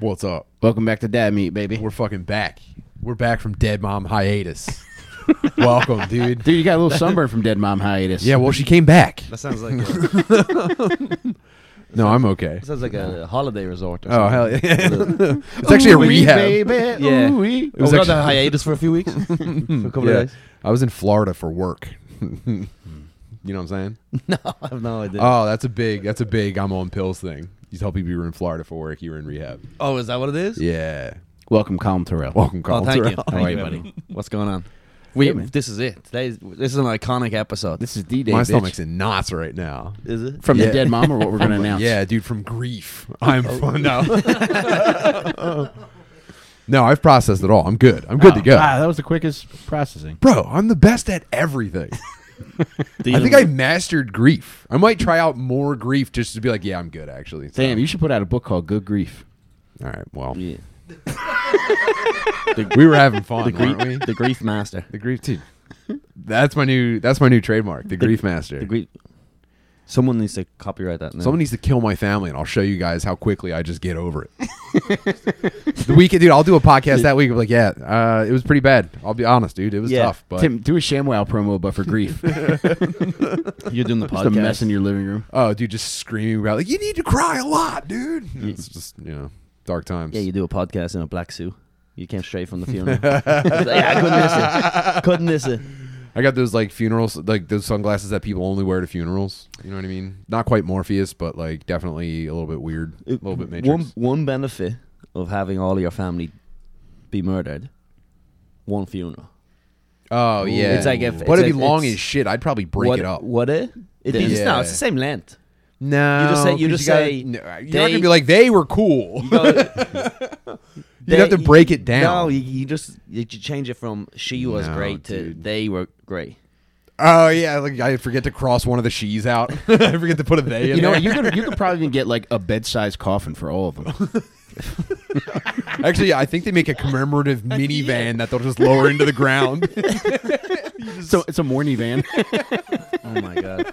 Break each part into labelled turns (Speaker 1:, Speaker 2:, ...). Speaker 1: What's up?
Speaker 2: Welcome back to Dad Meat, baby.
Speaker 1: uh, We're fucking back. We're back from dead mom hiatus. Welcome, dude.
Speaker 2: Dude, you got a little sunburn from Dead Mom hiatus.
Speaker 1: Yeah, well, she came back.
Speaker 3: That sounds like a,
Speaker 1: No, I'm okay.
Speaker 3: that sounds like a holiday resort. Or
Speaker 1: Oh
Speaker 3: something.
Speaker 1: hell yeah! it's actually a
Speaker 2: Ooh-wee,
Speaker 1: rehab.
Speaker 2: baby.
Speaker 3: Yeah.
Speaker 2: Ooh-wee.
Speaker 1: was
Speaker 3: oh, we
Speaker 1: actually-
Speaker 3: got on hiatus for a few weeks, for a couple
Speaker 1: Yeah.
Speaker 3: of days.
Speaker 1: I was in Florida for work. you know what I'm saying?
Speaker 3: I have no idea.
Speaker 1: Oh, that's a big. That's a big. I'm on pills thing. You tell people you were in Florida for work. You were in rehab.
Speaker 3: oh, is that what it is?
Speaker 1: Yeah.
Speaker 2: Welcome, Colin Terrell.
Speaker 1: Welcome, Carl.
Speaker 3: Oh, thank you.
Speaker 1: Terrell.
Speaker 3: Thank
Speaker 2: How are
Speaker 3: you,
Speaker 2: you, buddy?
Speaker 3: everyone. What's going on? We,
Speaker 2: man.
Speaker 3: this is it. Today is, this is an iconic episode.
Speaker 2: This is D Day.
Speaker 1: My stomach's in knots right now.
Speaker 3: is it?
Speaker 2: from
Speaker 1: Yeah.
Speaker 2: the Dead Mom, or what we're going to announce.
Speaker 1: Yeah, dude, from grief. I'm fun now. no, I've processed it all. I'm good. I'm good to go.
Speaker 2: Wow, that was the quickest processing.
Speaker 1: Bro, I'm the best at everything. I think I mastered grief. I might try out more grief just to be like, yeah, I'm good actually. So-
Speaker 2: Damn, you should put out a book called Good Grief.
Speaker 1: All right. Well,
Speaker 3: Yeah.
Speaker 1: we were having fun,
Speaker 3: The grief,
Speaker 1: weren't we?
Speaker 3: the grief master.
Speaker 1: The grief dude. That's my new. That's my new trademark. The grief master.
Speaker 3: The grief. Someone needs to copyright that. Now.
Speaker 1: Someone needs to kill my family, and I'll show you guys how quickly I just get over it. the weekend, dude. I'll do a podcast that week. I'm like, yeah, uh, it was pretty bad. I'll be honest, dude. It was
Speaker 3: Yeah.
Speaker 1: tough, but
Speaker 2: Tim, do a ShamWow promo, but for grief. Just
Speaker 3: You're doing the podcast.
Speaker 2: a mess in your living room.
Speaker 1: oh, dude, just screaming about like you need to cry a lot, dude. It's just you know, dark times.
Speaker 3: Yeah, you do a podcast in a black suit. You came straight from the funeral. yeah, I couldn't miss it. Couldn't miss it.
Speaker 1: I got those like funerals, like those sunglasses that people only wear to funerals. You know what I mean? Not quite Morpheus, but like definitely a little bit weird, a little bit Matrix.
Speaker 3: One one benefit of having all your family be murdered, one funeral.
Speaker 1: oh yeah,
Speaker 3: It's like if-
Speaker 1: but
Speaker 3: it's
Speaker 1: it'd be
Speaker 3: like-
Speaker 1: long
Speaker 3: it's-
Speaker 1: as shit. I'd probably break
Speaker 3: what,
Speaker 1: it up.
Speaker 3: What it? it it's,
Speaker 1: Yeah.
Speaker 3: No, it's the same length.
Speaker 1: No,
Speaker 3: You just say- you
Speaker 1: 'cause
Speaker 3: just
Speaker 1: gotta-
Speaker 3: say
Speaker 1: no, you're not
Speaker 3: they-
Speaker 1: gonna be like they were cool.
Speaker 3: They-
Speaker 1: You'd have to break it down.
Speaker 3: No, you, you just you, you change it from she was
Speaker 1: No,
Speaker 3: great to
Speaker 1: dude.
Speaker 3: they were great.
Speaker 1: Oh yeah, like I forget to cross one of the she's out. I forget to put a they in
Speaker 2: You
Speaker 1: there.
Speaker 2: know, what? you could you could probably even get like a bed sized coffin for all of them.
Speaker 1: Actually, I think they make a commemorative minivan that they'll just lower into the ground.
Speaker 2: so it's a morning van.
Speaker 3: Oh my god,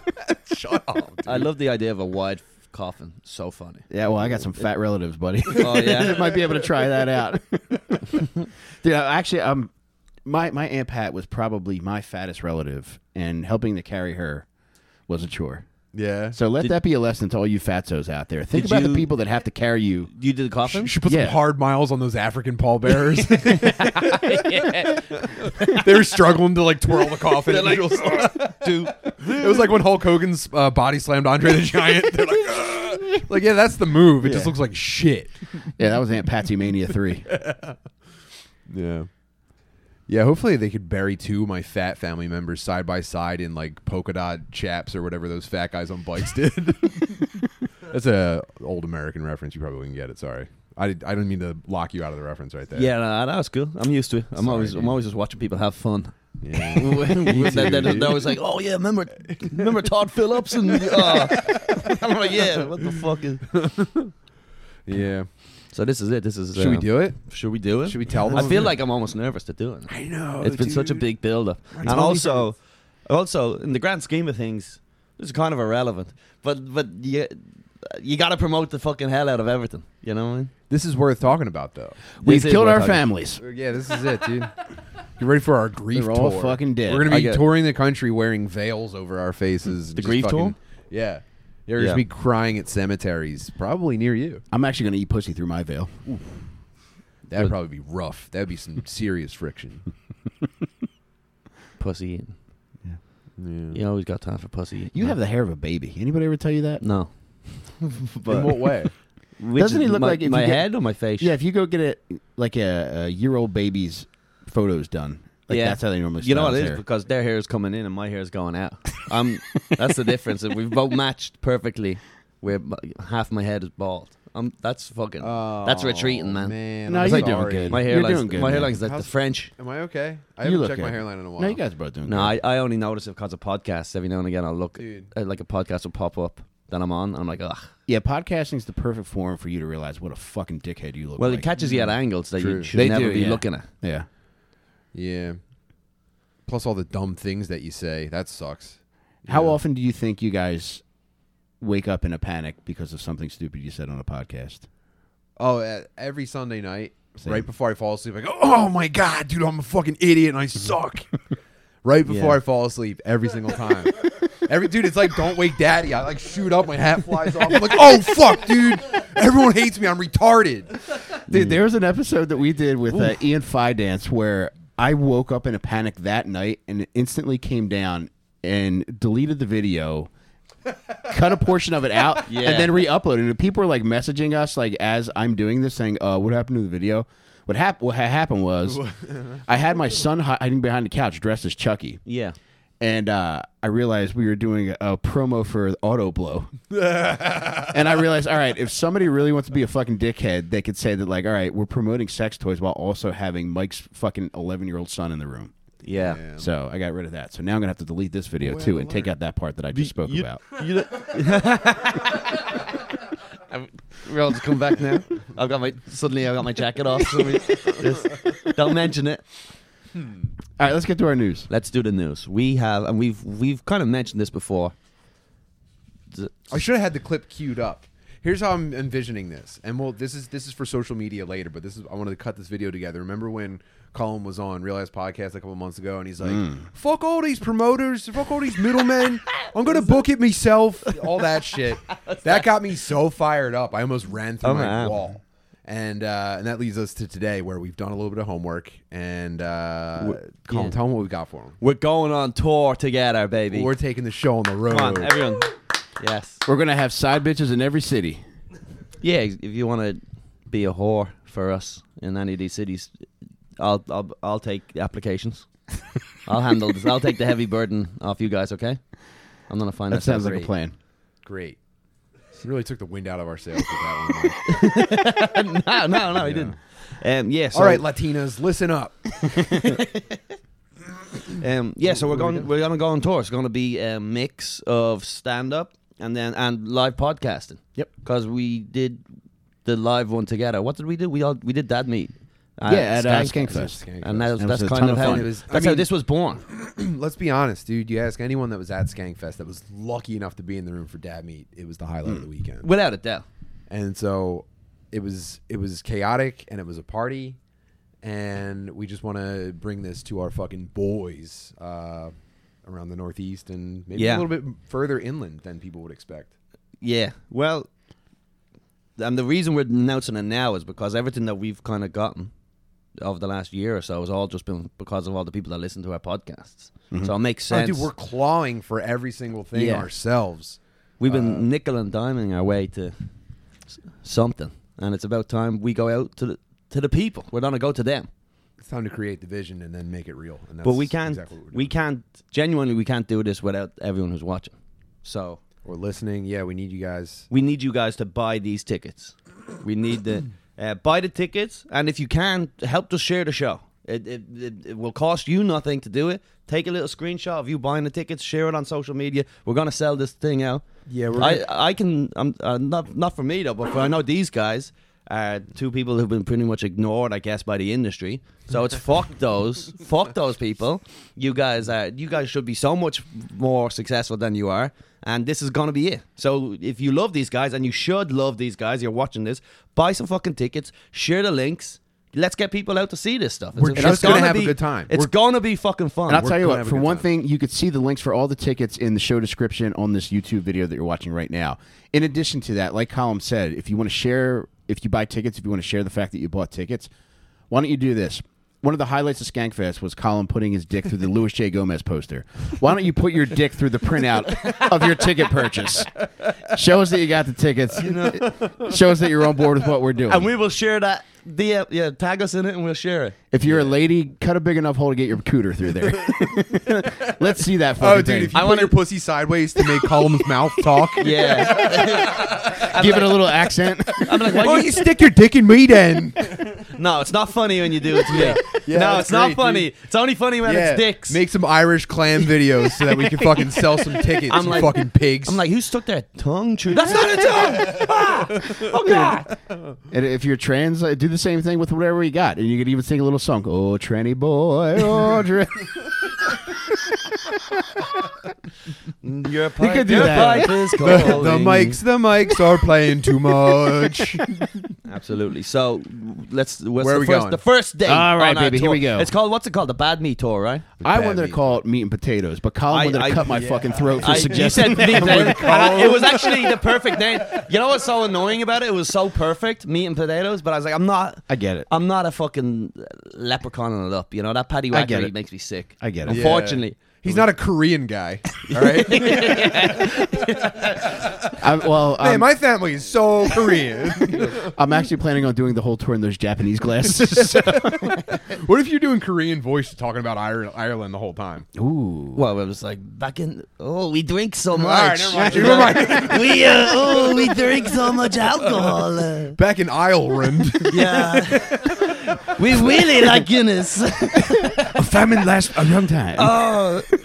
Speaker 1: Shut up.
Speaker 3: I love the idea of a wide coffin. So funny.
Speaker 2: yeah, well, I got some fat relatives, buddy.
Speaker 3: Oh yeah,
Speaker 2: might be able to try that out. Dude, I- actually, um, my my aunt Pat was probably my fattest relative, and helping to carry her was a chore.
Speaker 1: Yeah. So
Speaker 2: So let that be a lesson to all you fatzos out there. Think
Speaker 3: Did
Speaker 2: about the
Speaker 3: you-
Speaker 2: people that have to carry you.
Speaker 3: you did the coffin.
Speaker 1: you should put
Speaker 2: Yeah.
Speaker 1: some hard miles on those African pallbearers. they were struggling to like twirl the coffin. It was- it was like when Hulk Hogan's uh, body slammed Andre the Giant. They're like, "Ugh." like yeah, that's the move. It just looks like shit.
Speaker 2: Yeah, that was Aunt Patsy Mania three.
Speaker 1: Yeah. Yeah, hopefully they could bury two of my fat family members side by side in like polka dot chaps or whatever those fat guys on bikes did. That's a old American reference. You probably wouldn't get it. Sorry, I, did, I didn't mean to lock you out of the reference right there.
Speaker 3: Yeah, no, that was cool. I'm used to it. I'm always I'm
Speaker 1: dude.
Speaker 3: always just watching people have fun.
Speaker 1: Yeah.
Speaker 3: they're, they're-
Speaker 1: dude.
Speaker 3: they're always like, oh yeah, remember remember Todd Phillips and uh, I'm like, yeah, what the fuck is?
Speaker 1: yeah.
Speaker 3: So this is it. This is. uh,
Speaker 1: Should we do it?
Speaker 3: Should we do it?
Speaker 1: Should we tell them?
Speaker 3: I feel like I'm almost nervous to do it.
Speaker 1: I know.
Speaker 3: It's been such a
Speaker 1: dude.
Speaker 3: big build-up, and
Speaker 1: totally
Speaker 3: also, also in the grand scheme of things, this is kind of irrelevant. But but you you got to promote the fucking hell out of everything. You know what I mean?
Speaker 1: This is worth talking about, though.
Speaker 2: We've
Speaker 3: This is
Speaker 2: killed
Speaker 3: what
Speaker 2: our
Speaker 3: I thought.
Speaker 2: families.
Speaker 1: Yeah, this is it, dude. You ready for our grief
Speaker 2: They're all
Speaker 1: tour?
Speaker 2: fucking dead.
Speaker 1: We're gonna
Speaker 3: I
Speaker 1: be
Speaker 3: get-
Speaker 1: touring the country wearing veils over our faces.
Speaker 3: The
Speaker 1: just
Speaker 3: grief
Speaker 1: fucking-
Speaker 3: tour?
Speaker 1: Yeah. They're just
Speaker 3: Yeah.
Speaker 1: be crying at cemeteries, probably near you.
Speaker 2: I'm actually gonna eat pussy through my veil.
Speaker 1: That would probably be rough. That'd be some serious friction.
Speaker 3: Pussy eating.
Speaker 1: Yeah.
Speaker 3: You always got time for pussy eating.
Speaker 2: You have the hair of a baby. Anybody ever tell you that?
Speaker 3: no.
Speaker 1: In what way?
Speaker 3: Which
Speaker 2: Doesn't he
Speaker 3: is
Speaker 2: look
Speaker 3: my,
Speaker 2: like if
Speaker 3: my
Speaker 2: you get-
Speaker 3: head or my face?
Speaker 2: Yeah, if you go get it like a, a year old baby's photos done, like
Speaker 3: Yeah.
Speaker 2: that's how they normally.
Speaker 3: You know
Speaker 2: style
Speaker 3: what it
Speaker 2: his
Speaker 3: is
Speaker 2: hair.
Speaker 3: because their hair is coming in and my hair is going out. I'm that's the difference. and We've both matched perfectly. Where m- half my head is bald. I'm that's fucking that's retreating, man.
Speaker 1: Oh, man.
Speaker 2: No,
Speaker 1: I'm
Speaker 2: you're
Speaker 1: sorry.
Speaker 2: doing good.
Speaker 3: My hair
Speaker 2: You're
Speaker 3: lines,
Speaker 2: doing good,
Speaker 3: my
Speaker 2: man.
Speaker 3: hairline's like the
Speaker 1: How's-
Speaker 3: French.
Speaker 1: Am I okay? I
Speaker 2: You
Speaker 1: haven't
Speaker 2: look
Speaker 1: checked my
Speaker 2: good.
Speaker 1: hairline in a while.
Speaker 2: No, you guys are both doing
Speaker 3: No,
Speaker 2: good.
Speaker 3: I, I only notice it because of podcasts. Every now and again, I'll look
Speaker 1: Dude.
Speaker 3: at, like a podcast will pop up that I'm on. And I'm like, ugh.
Speaker 2: Yeah, podcasting's the perfect forum for you to realize what a fucking dickhead you look
Speaker 3: Well,
Speaker 2: like.
Speaker 3: it catches you at angles that
Speaker 1: True.
Speaker 3: you should
Speaker 2: They
Speaker 3: never
Speaker 2: do,
Speaker 3: be
Speaker 2: yeah.
Speaker 3: looking at.
Speaker 2: yeah.
Speaker 1: Yeah. Plus all the dumb things that you say. That sucks.
Speaker 2: How
Speaker 1: Yeah.
Speaker 2: often do you think you guys wake up in a panic because of something stupid you said on a podcast?
Speaker 1: Oh, uh, every Sunday night,
Speaker 2: Same.
Speaker 1: right before I fall asleep, I go, "Oh my god, dude, I'm a fucking idiot and I suck." right before
Speaker 2: Yeah.
Speaker 1: I fall asleep, every single time. every dude, it's like, "Don't wake daddy." I like shoot up, my hat flies off. I'm like, "Oh fuck, dude, everyone hates me. I'm retarded."
Speaker 2: Dude, there was an episode that we did with uh, Ian Fidance where I woke up in a panic that night and instantly came down and deleted the video, cut a portion of it out,
Speaker 3: Yeah.
Speaker 2: and then re-uploaded. And people were like messaging us like as I'm doing this, saying, "Uh, what happened to the video?" What hap- What ha- happened was, I had my son hiding behind the couch, dressed as Chucky,
Speaker 3: Yeah.
Speaker 2: and uh, I realized we were doing a promo for Auto Blow. and I realized, all right, if somebody really wants to be a fucking dickhead, they could say that, like, all right, we're promoting sex toys while also having Mike's fucking 11 year old son in the room.
Speaker 3: Yeah.
Speaker 2: So I got rid of that. So now I'm gonna have to delete this video too and take out that part that I just spoke
Speaker 3: You-
Speaker 2: about.
Speaker 3: you don't- I'm- We're all to come back now. I've got my suddenly I've got my jacket off. so we- just don't mention it.
Speaker 2: All right, let's get to our news.
Speaker 3: Let's do the news. We have and we've we've kind of mentioned this before. D-
Speaker 1: I should have had the clip queued up. Here's how I'm envisioning this, and well, this is this is for social media later, but this is I wanted to cut this video together. Remember when Colin was on Real Ass Podcast a couple months ago, and he's like,
Speaker 3: Mm.
Speaker 1: "Fuck all these promoters, fuck all these middlemen. I'm gonna book it myself." All that shit. that got me so fired up. I almost ran through
Speaker 3: Oh,
Speaker 1: my
Speaker 3: man.
Speaker 1: wall. And uh, and that leads us to today, where we've done a little bit of homework. And uh,
Speaker 3: Wh-
Speaker 1: Colin,
Speaker 3: yeah.
Speaker 1: tell him what we got for him.
Speaker 3: We're going on tour together, baby.
Speaker 1: We're taking the show on the road.
Speaker 3: Come on, everyone. Yes.
Speaker 2: We're gonna have side bitches in every city.
Speaker 3: Yeah, if you want to be a whore for us in any of these cities, I'll I'll, I'll take the applications. I'll handle this. I'll take the heavy burden off you guys. Okay, I'm gonna find
Speaker 2: That
Speaker 3: out
Speaker 2: sounds like a
Speaker 3: every-
Speaker 2: plan.
Speaker 1: Great. Really took the wind out of our sails with that one. Mike.
Speaker 3: no, no, no, he didn't. Um, yeah. So,
Speaker 1: All right, Latinas, listen up.
Speaker 3: Um, yeah. So we're going. We're gonna go on tour. It's gonna be a mix of stand up and then and live podcasting.
Speaker 2: Yep.
Speaker 3: Because we did the live one together. What did we do? We all we did that meet.
Speaker 2: Yeah, at uh,
Speaker 3: Skankfest.
Speaker 2: Skankfest.
Speaker 3: And that was,
Speaker 2: It was
Speaker 3: that's
Speaker 2: a
Speaker 3: kind
Speaker 2: ton of
Speaker 3: of how
Speaker 2: fun.
Speaker 1: It was- I
Speaker 3: that's how
Speaker 1: mean-
Speaker 3: this was born.
Speaker 1: Let's be honest, dude. You ask anyone that was at Skankfest that was lucky enough to be in the room for Dad Meet, it was the highlight
Speaker 3: Hmm.
Speaker 1: of the weekend.
Speaker 3: Without a doubt.
Speaker 1: And so it was it was chaotic and it was a party. And we just want to bring this to our fucking boys uh, around the Northeast and maybe
Speaker 3: Yeah.
Speaker 1: a little bit further inland than people would expect.
Speaker 3: Yeah. Well, and the reason we're announcing it now is because everything that we've kind of gotten over the last year or so has all just been because of all the people that listen to our podcasts. So it makes
Speaker 1: Oh,
Speaker 3: sense.
Speaker 1: dude, we're clawing for every single thing
Speaker 3: Yeah.
Speaker 1: ourselves.
Speaker 3: we have
Speaker 1: Uh,
Speaker 3: been nickel and diming our way to s- something, and it's about time we go out to the to the people. We're gonna go to them,
Speaker 1: It's time to create the vision and then make it real. And that's
Speaker 3: but we can't.
Speaker 1: Exactly what we're doing.
Speaker 3: we can't genuinely. We can't do this without everyone who's watching. So
Speaker 1: or listening. Yeah, we need you guys.
Speaker 3: we need you guys to buy these tickets. We need to uh, buy the tickets, and if you can, help us share the show. It, it, it, it will cost you nothing to do it. Take a little screenshot of you buying the tickets, share it on social media. We're gonna sell this thing out.
Speaker 1: Yeah, we're
Speaker 3: I,
Speaker 1: gonna-
Speaker 3: I can. I'm uh, not not for me though, but for I know these guys are two people who've been pretty much ignored, I guess, by the industry. So it's fuck those, fuck those people. You guys are you guys should be so much more successful than you are, and this is gonna be it. So if you love these guys, and you should love these guys, you're watching this, buy some fucking tickets, share the links. Let's get people out to see this stuff.
Speaker 1: We're
Speaker 3: It's-
Speaker 1: just
Speaker 3: it's
Speaker 1: gonna have a
Speaker 3: be-
Speaker 1: good time.
Speaker 3: It's
Speaker 1: We're-
Speaker 3: gonna be fucking fun.
Speaker 2: And I'll tell you
Speaker 1: gonna
Speaker 2: what,
Speaker 1: have a
Speaker 2: for
Speaker 1: good
Speaker 2: one
Speaker 1: time.
Speaker 2: thing, you could see the links for all the tickets in the show description on this YouTube video that you're watching right now. In addition to that, like Colin said, if you want to share, if you buy tickets, if you want to share the fact that you bought tickets, why don't you do this? One of the highlights of Skankfest was Colin putting his dick through the Louis J. Gomez poster. Why don't you put your dick through the printout of your ticket purchase? Show us that you got the tickets. Show us that you're on board with what we're doing.
Speaker 3: and we will share that. DM, yeah, tag us in it, and we'll share it.
Speaker 2: if you're a lady, cut a big enough hole to get your cooter through there. Let's see
Speaker 1: Oh,
Speaker 2: that. fucking thing.
Speaker 1: I want your pussy sideways to make Column's mouth talk.
Speaker 3: Yeah.
Speaker 2: give it a little accent.
Speaker 3: I'm like, why
Speaker 1: Oh,
Speaker 3: you-
Speaker 1: you stick your dick in me then.
Speaker 3: no, it's not funny when you do it to me. no,
Speaker 1: that's
Speaker 3: it's not
Speaker 1: great,
Speaker 3: funny. It's only funny when it's dicks.
Speaker 1: Make some Irish clam videos so that we can fucking sell some tickets.
Speaker 3: I'm
Speaker 1: you
Speaker 3: like-
Speaker 1: fucking pigs.
Speaker 3: I'm like, who stuck their tongue through? That's not a tongue. Ah! Oh god.
Speaker 2: and if you're trans, uh, do the same thing with whatever you got, and you could even sing a little song. Oh, tranny boy, oh, tra-"
Speaker 3: Mm, Your pipe,
Speaker 2: could do
Speaker 3: your
Speaker 2: that.
Speaker 3: pipe is
Speaker 1: the
Speaker 3: calling.
Speaker 1: mics, the mics are playing too much.
Speaker 3: I Absolutely. So let's. What's
Speaker 1: Where are
Speaker 3: the
Speaker 1: we
Speaker 3: first,
Speaker 1: going?
Speaker 3: The first day.
Speaker 2: All right,
Speaker 3: on our
Speaker 2: baby, here
Speaker 3: tour.
Speaker 2: we go.
Speaker 3: It's called what's it called? The Bad Me Tour, right?
Speaker 2: I
Speaker 1: Bad
Speaker 2: wanted to
Speaker 1: meat.
Speaker 2: call it meat and potatoes, but Colin
Speaker 3: I-
Speaker 2: wanted to
Speaker 3: I-
Speaker 2: cut my
Speaker 3: yeah.
Speaker 2: fucking throat for
Speaker 3: I- you
Speaker 2: suggesting
Speaker 3: said meat and potatoes. And I- It was actually the perfect name. You know what's so annoying about it? It was so perfect, meat and potatoes. But I was like, I'm not.
Speaker 2: I get it.
Speaker 3: I'm not a fucking leprechauning it up. You know that patty
Speaker 2: I get
Speaker 3: wackery
Speaker 2: it.
Speaker 3: makes me sick.
Speaker 2: I get it.
Speaker 1: Yeah.
Speaker 3: Unfortunately.
Speaker 1: He's not a Korean guy. All right. Man,
Speaker 2: I, well, I'm,
Speaker 1: my family is so Korean.
Speaker 2: I'm actually planning on doing the whole tour in those Japanese glasses.
Speaker 1: what if you're doing Korean voice talking about Ireland, Ireland the whole time?
Speaker 2: Ooh.
Speaker 3: Well, it was like back in. Oh, we drink so
Speaker 1: right,
Speaker 3: much.
Speaker 1: never mind. Never
Speaker 3: we uh, oh, we drink so much alcohol. uh,
Speaker 1: Back in Ireland.
Speaker 3: yeah, we really like Guinness.
Speaker 2: A famine lasts a long time.
Speaker 3: oh,
Speaker 2: All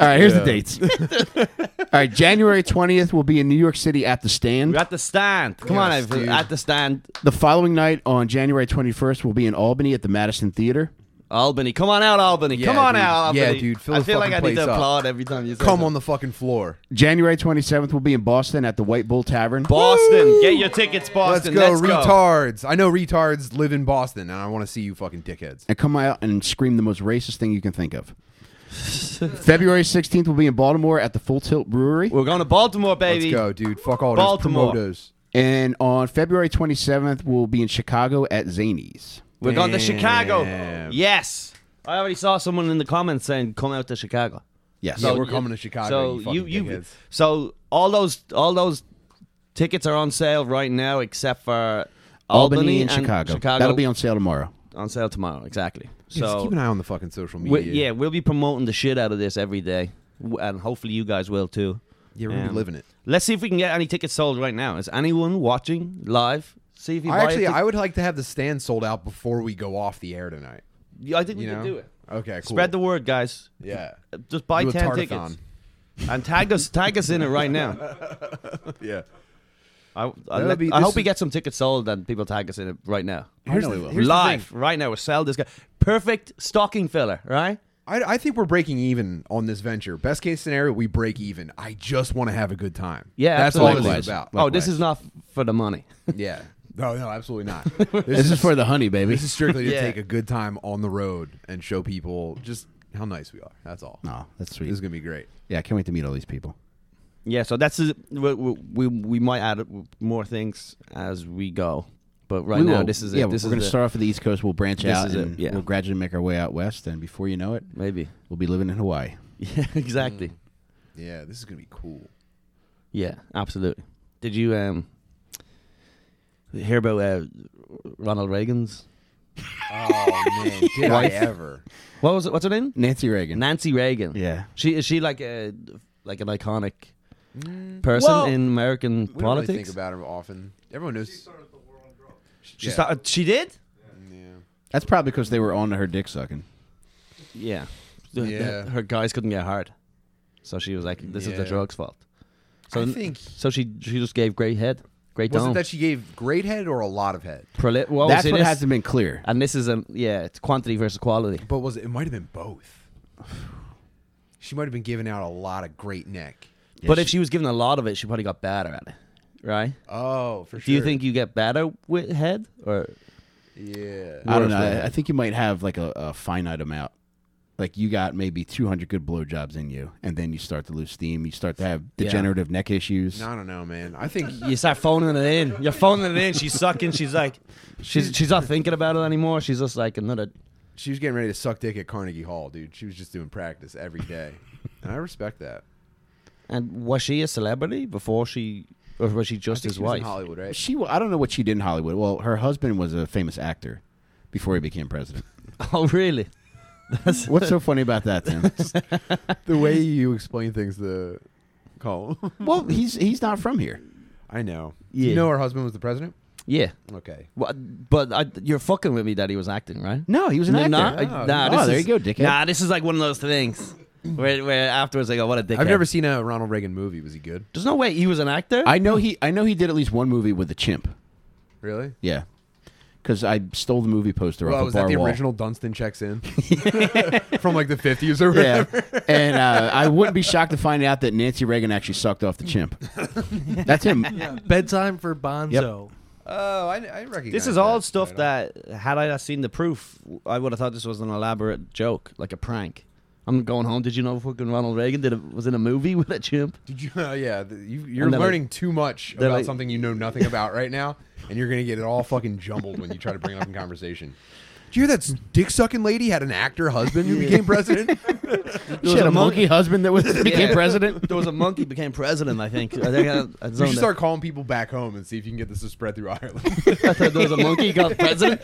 Speaker 2: right, here's the
Speaker 1: Yeah.
Speaker 2: dates. All right, January 20th will be in New York City at the Stand.
Speaker 3: we're at the stand. Come on,
Speaker 1: Yes,
Speaker 3: everyone.
Speaker 1: dude.
Speaker 3: At the stand,
Speaker 2: The following night on January 21st will be in Albany at the Madison Theater.
Speaker 3: Albany. Come on out, Albany.
Speaker 1: Yeah,
Speaker 3: Come on
Speaker 1: dude.
Speaker 3: out,
Speaker 1: Yeah,
Speaker 3: Albany.
Speaker 1: dude, fill
Speaker 3: I
Speaker 1: the
Speaker 3: feel like I
Speaker 1: fucking
Speaker 3: need to
Speaker 1: place up.
Speaker 3: applaud every time you say
Speaker 1: Come
Speaker 3: that.
Speaker 1: on the fucking floor.
Speaker 2: January 27th will be in Boston at the White Bull Tavern.
Speaker 3: Boston. Get your tickets, Boston.
Speaker 1: let's go,
Speaker 3: Let's go.
Speaker 1: retards. I know retards live in Boston, and I want to see you fucking dickheads.
Speaker 2: and come out and scream the most racist thing you can think of. February 16th will be in Baltimore at the Full Tilt Brewery.
Speaker 3: We're going to Baltimore,
Speaker 1: Let's
Speaker 3: baby.
Speaker 1: go, dude. Fuck all
Speaker 3: Baltimore.
Speaker 1: those promoters.
Speaker 2: And on February 27th, we'll be in Chicago at Zanies.
Speaker 3: We're going to Chicago.
Speaker 1: Damn.
Speaker 3: Yes. I already saw someone in the comments saying, "Come out to Chicago."
Speaker 2: Yes.
Speaker 1: Yeah, we're coming to Chicago, you
Speaker 3: So
Speaker 1: fucking
Speaker 3: you, you,
Speaker 1: dickheads.
Speaker 3: so all those all those tickets are on sale right now, except for
Speaker 2: Albany, and,
Speaker 3: and
Speaker 2: Chicago. That'll be
Speaker 3: on,
Speaker 2: on sale tomorrow.
Speaker 3: sale tomorrow. Exactly.
Speaker 1: Yeah, just
Speaker 3: So
Speaker 1: keep an eye on the fucking social media.
Speaker 3: we- yeah, we'll be promoting the shit out of this every day, W- and hopefully you guys will too.
Speaker 1: yeah, we're gonna
Speaker 3: Um,
Speaker 1: be living it.
Speaker 3: Let's see if we can get any tickets sold right now. Is anyone watching live? See if you
Speaker 1: I
Speaker 3: buy
Speaker 1: actually,
Speaker 3: a tic-
Speaker 1: I would like to have the stand sold out before we go off the air tonight.
Speaker 3: Yeah, I think we
Speaker 1: You
Speaker 3: can
Speaker 1: know?
Speaker 3: do it.
Speaker 1: Okay, cool.
Speaker 3: Spread the word, guys.
Speaker 1: yeah.
Speaker 3: Just buy
Speaker 1: Do a
Speaker 3: ten
Speaker 1: tartathon.
Speaker 3: tickets and tag us. Tag us in it right now.
Speaker 1: Yeah.
Speaker 3: I, I,
Speaker 1: That'd
Speaker 3: let-
Speaker 1: be-
Speaker 3: I
Speaker 1: this
Speaker 3: hope we
Speaker 1: is-
Speaker 3: get some tickets sold and people tag us in it right now.
Speaker 1: Here's
Speaker 2: know
Speaker 1: the,
Speaker 2: we will.
Speaker 1: here's the
Speaker 3: Live
Speaker 1: thing.
Speaker 3: right now. We'll sell this guy. Perfect stocking filler, right?
Speaker 1: I, I think we're breaking even on this venture. Best case scenario, we break even. I just want to have a good time.
Speaker 3: Yeah,
Speaker 1: that's
Speaker 3: absolutely.
Speaker 1: all this
Speaker 2: Likewise.
Speaker 1: is about.
Speaker 3: Oh, this is not for the money.
Speaker 1: yeah. No, no, absolutely not.
Speaker 2: This is for the honey, baby.
Speaker 1: This is strictly to
Speaker 3: Yeah.
Speaker 1: take a good time on the road and show people just how nice we are. That's all.
Speaker 2: No, that's
Speaker 1: This is
Speaker 2: sweet.
Speaker 1: gonna be great.
Speaker 2: Yeah, I can't wait to meet all these people.
Speaker 3: yeah, so that's we, we we might add more things as we go, but right
Speaker 2: We
Speaker 3: now
Speaker 2: will-
Speaker 3: this is
Speaker 2: yeah,
Speaker 3: it. This
Speaker 2: we're
Speaker 3: is
Speaker 2: going
Speaker 3: it.
Speaker 2: to start off with the East Coast. We'll branch
Speaker 3: This
Speaker 2: out
Speaker 3: is it,
Speaker 2: and
Speaker 3: yeah.
Speaker 2: we'll gradually make our way out west. And before you know it,
Speaker 3: Maybe.
Speaker 2: we'll be living in Hawaii.
Speaker 3: Yeah, exactly.
Speaker 1: Yeah, this is gonna be cool.
Speaker 3: Yeah, absolutely. Did you um hear about uh, Ronald Reagan's?
Speaker 1: Oh man, did I ever?
Speaker 3: What was it? What's her name?
Speaker 2: Nancy Reagan.
Speaker 3: Nancy Reagan.
Speaker 2: yeah.
Speaker 3: She is she like a like an iconic
Speaker 1: Mm.
Speaker 3: person
Speaker 2: Well,
Speaker 3: in American
Speaker 1: We don't really think
Speaker 3: politics?
Speaker 1: about him often. Everyone knows. She started the war on drugs.
Speaker 3: she started, she did?
Speaker 2: That's probably because they were on to her dick sucking.
Speaker 3: Yeah. The- the-
Speaker 1: Yeah.
Speaker 3: her guys couldn't get hard. So she was like this is the
Speaker 1: Yeah.
Speaker 3: drugs fault. So
Speaker 1: I think
Speaker 3: so she she just gave great head. Great
Speaker 1: was
Speaker 3: dome.
Speaker 1: it that she gave great head or a lot of head?
Speaker 3: Proli- well,
Speaker 2: That's
Speaker 3: Oh, see,
Speaker 2: what
Speaker 3: this- Uh,
Speaker 2: hasn't been clear.
Speaker 3: and this is a yeah, it's quantity versus quality.
Speaker 1: But was it? It might have been both. She might have been giving out a lot of great neck.
Speaker 3: but if she was given a lot of it, she probably got better at it. Right?
Speaker 1: Oh, for sure.
Speaker 3: Do you think you get better with head or
Speaker 1: Yeah.
Speaker 2: I don't
Speaker 3: Worth
Speaker 2: know.
Speaker 3: it.
Speaker 2: I, I think you might have like a, a finite amount. Like you got maybe 200 good blowjobs in you, and then you start to lose steam. You start to have degenerative neck issues.
Speaker 1: No, I don't know, man. I think
Speaker 3: you start phoning it in. You're phoning it in. She's sucking. She's like, she's she's not thinking about it anymore. She's just like another.
Speaker 1: she was getting ready to suck dick at Carnegie Hall, dude. She was just doing practice every day, and I respect that.
Speaker 3: And was she a celebrity before she, or was she
Speaker 1: I
Speaker 3: just
Speaker 1: think
Speaker 3: his
Speaker 1: she was
Speaker 3: wife?
Speaker 1: in Hollywood, right?
Speaker 2: She, wa- I don't know what she did in Hollywood. Well, her husband was a famous actor before he became president.
Speaker 3: Oh, really?
Speaker 2: What's so funny about that, Tim?
Speaker 1: the way you explain things to Cole.
Speaker 2: well, he's he's not from here.
Speaker 1: I know.
Speaker 3: Yeah.
Speaker 1: You know her husband was the president?
Speaker 3: Yeah.
Speaker 1: Okay.
Speaker 3: Well, but I, you're fucking with me that he was acting, right?
Speaker 2: No, he was an
Speaker 3: No,
Speaker 2: actor.
Speaker 3: Nah,
Speaker 1: Oh,
Speaker 3: nah,
Speaker 2: oh,
Speaker 3: this
Speaker 2: there
Speaker 3: is-
Speaker 2: you go, dickhead.
Speaker 3: Nah, this is like one of those things where, where afterwards I go, what a dickhead.
Speaker 1: I've never seen a Ronald Reagan movie. Was he good?
Speaker 3: There's no way he was an actor.
Speaker 2: I know he. I know he did at least one movie with a chimp.
Speaker 1: Really?
Speaker 2: Yeah, because I stole the movie poster
Speaker 1: Well,
Speaker 2: off
Speaker 1: was
Speaker 2: a
Speaker 1: that
Speaker 2: bar
Speaker 1: the
Speaker 2: wall.
Speaker 1: original Dunstan checks in from like the fifties or
Speaker 2: Yeah,
Speaker 1: whatever?
Speaker 2: and uh, I wouldn't be shocked to find out that Nancy Reagan actually sucked off the chimp. That's him.
Speaker 4: Bedtime for Bonzo.
Speaker 1: Oh, I, I recognize.
Speaker 3: This is all stuff that had I not seen the proof, I would have thought this was an elaborate joke, like a prank. I'm going home. Did you know fucking Ronald Reagan did a, was in a movie with a chimp?
Speaker 1: Did you? Uh, yeah, th- you, you're
Speaker 3: And then I-
Speaker 1: learning too much
Speaker 3: then
Speaker 1: about
Speaker 3: I-
Speaker 1: something you know nothing about right now, and you're gonna get it all fucking jumbled when you try to bring it up in conversation. Did you hear that dick sucking lady had an actor husband who became president?
Speaker 2: She had a monkey husband that was became
Speaker 3: Yeah.
Speaker 2: president.
Speaker 3: There was a monkey became president. I think. I think I, I zoned
Speaker 1: You
Speaker 3: it.
Speaker 1: should start calling people back home and see if you can get this to spread through Ireland.
Speaker 3: I thought there was a monkey got president.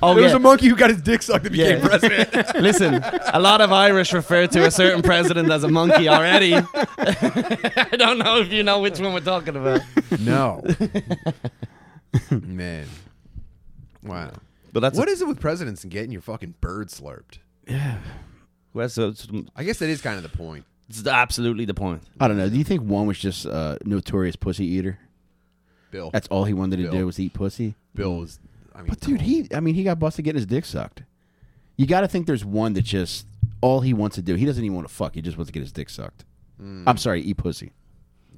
Speaker 3: oh,
Speaker 1: there was
Speaker 3: yeah.
Speaker 1: a monkey who got his dick sucked and became
Speaker 3: Yeah.
Speaker 1: president.
Speaker 3: Listen, a lot of Irish refer to a certain president as a monkey already. I don't know if you know which one we're talking about.
Speaker 1: No, man, wow.
Speaker 3: But that's
Speaker 1: What is it with presidents and getting your fucking bird slurped?
Speaker 3: well, so it's,
Speaker 1: I guess that is kind of the point.
Speaker 3: it's absolutely the point.
Speaker 2: I don't know. Do you think one was just a notorious pussy eater?
Speaker 1: Bill,
Speaker 2: That's all he wanted to
Speaker 1: Bill.
Speaker 2: do was eat pussy.
Speaker 1: Bill was. I mean,
Speaker 2: But dude, he I mean he got busted getting his dick sucked. You got to think there's one that just all he wants to do. He doesn't even want to fuck. He just wants to get his dick sucked.
Speaker 1: Mm.
Speaker 2: I'm sorry, eat pussy.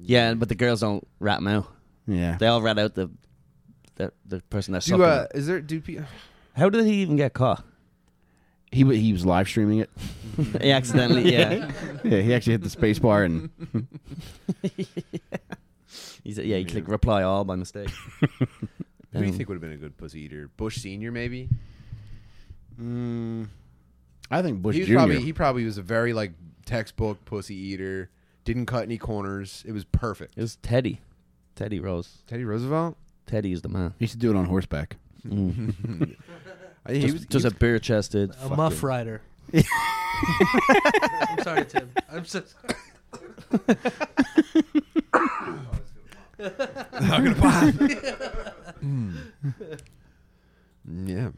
Speaker 3: Yeah, but the girls don't rat 'em out.
Speaker 2: Yeah.
Speaker 3: They all rat out the the, the person that
Speaker 1: do
Speaker 3: sucked.
Speaker 1: uh, is there do people?
Speaker 3: How did he even get caught?
Speaker 2: He wa- he was live streaming it.
Speaker 3: he accidentally. Yeah,
Speaker 2: Yeah, he actually hit the space bar and
Speaker 3: he said, yeah, he clicked reply all by mistake.
Speaker 1: Who do you
Speaker 3: Um,
Speaker 1: think would have been a good pussy eater? Bush Senior, maybe.
Speaker 2: Mm. I think Bush
Speaker 1: he was
Speaker 2: Jr.
Speaker 1: probably he probably was a very like textbook pussy eater. Didn't cut any corners. It was perfect.
Speaker 3: It was Teddy, Teddy Rose.
Speaker 1: Teddy Roosevelt.
Speaker 3: Teddy is the man.
Speaker 2: used to do it on horseback.
Speaker 1: I think
Speaker 3: Mm. Just,
Speaker 1: he was, Oh.
Speaker 3: just
Speaker 1: he
Speaker 3: a bare chested.
Speaker 4: A muff rider. I'm sorry, Tim. I'm so,
Speaker 1: was- yeah.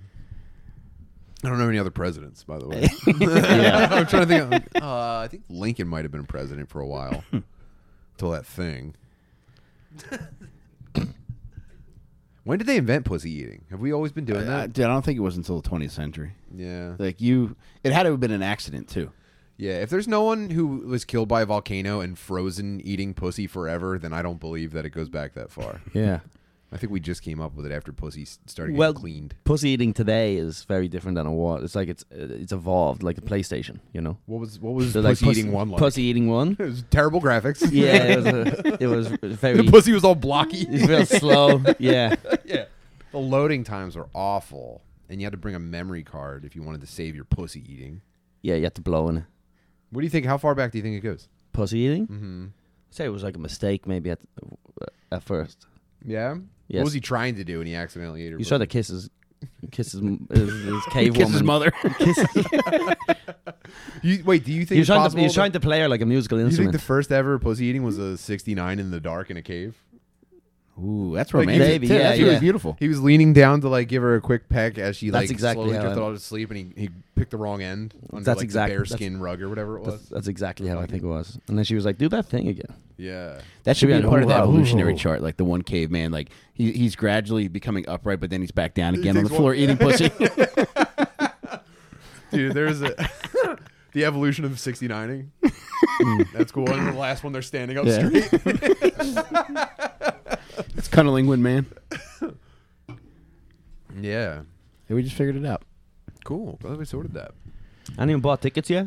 Speaker 1: I don't know any other presidents, by the way. I'm trying to think. Of, uh, I think Lincoln might have been president for a while, until that thing. when did they invent pussy eating? Have we always been doing
Speaker 2: I,
Speaker 1: that?
Speaker 2: dude, I don't think it was until the 20th century.
Speaker 1: yeah.
Speaker 2: Like you, it had to have been an accident too.
Speaker 1: Yeah, if there's no one who was killed by a volcano and frozen eating pussy forever, then I don't believe that it goes back that far.
Speaker 3: Yeah.
Speaker 1: I think we just came up with it after pussy s- started getting
Speaker 3: Well,
Speaker 1: cleaned.
Speaker 3: pussy eating today is very different than it was. It's like it's uh, it's evolved, like the PlayStation. You know,
Speaker 1: What was what was
Speaker 3: So,
Speaker 1: Mm. pussy
Speaker 3: like,
Speaker 1: eating one like?
Speaker 3: Pussy eating one.
Speaker 1: It was terrible graphics.
Speaker 3: Yeah, it was, a, it was very.
Speaker 1: the pussy was all blocky.
Speaker 3: It's real slow. Yeah.
Speaker 1: yeah, the loading times were awful, and you had to bring a memory card if you wanted to save your pussy eating.
Speaker 3: Yeah, you have to blow in it.
Speaker 1: What do you think? How far back do you think it goes?
Speaker 3: Pussy eating? Mm-hmm. say it was like a mistake maybe at uh, at first.
Speaker 1: Yeah. What
Speaker 3: Yes.
Speaker 1: was he trying to do when he accidentally ate her?
Speaker 3: You
Speaker 1: pussy?
Speaker 3: saw the kisses. Kisses his, his cave
Speaker 2: Kiss his
Speaker 3: woman.
Speaker 2: mother.
Speaker 1: You- wait, do you think
Speaker 3: He
Speaker 1: it's
Speaker 3: was trying to,
Speaker 1: possible
Speaker 3: he was
Speaker 1: that-
Speaker 3: trying to play her like a musical
Speaker 1: you think
Speaker 3: instrument.
Speaker 1: the first ever pussy eating was a 69 in the dark in a cave?
Speaker 2: Ooh, that's
Speaker 1: Like,
Speaker 2: romantic.
Speaker 3: maybe,
Speaker 2: too.
Speaker 3: yeah,
Speaker 2: that's really
Speaker 3: yeah.
Speaker 2: beautiful.
Speaker 1: He was leaning down to like give her a quick peck as she
Speaker 3: That's
Speaker 1: like
Speaker 3: exactly
Speaker 1: slowly
Speaker 3: how
Speaker 1: drifted
Speaker 3: I-
Speaker 1: off to sleep, and he, he picked the wrong end under
Speaker 3: That's
Speaker 1: like
Speaker 3: exact-
Speaker 1: the bear
Speaker 3: that's-
Speaker 1: skin rug or whatever it was.
Speaker 3: that's, that's exactly how I think it was. And then she was like, "Do that thing again."
Speaker 1: yeah,
Speaker 2: That should be
Speaker 3: Yeah,
Speaker 2: a part of the
Speaker 3: ooh, ooh,
Speaker 2: evolutionary
Speaker 3: ooh.
Speaker 2: chart, like the one caveman. Like he, he's gradually becoming upright, but then he's back down again on the
Speaker 1: takes
Speaker 2: floor
Speaker 1: one-
Speaker 2: eating pussy.
Speaker 1: dude, there's a the evolution of 69ing.
Speaker 3: Hmm.
Speaker 1: that's cool. And the last one, they're standing up
Speaker 2: Yeah.
Speaker 1: straight.
Speaker 2: it's cunnilingwood, man.
Speaker 1: Yeah,
Speaker 2: Hey, we just figured it out.
Speaker 1: cool. Glad we sorted that.
Speaker 3: Anyone bought tickets yet?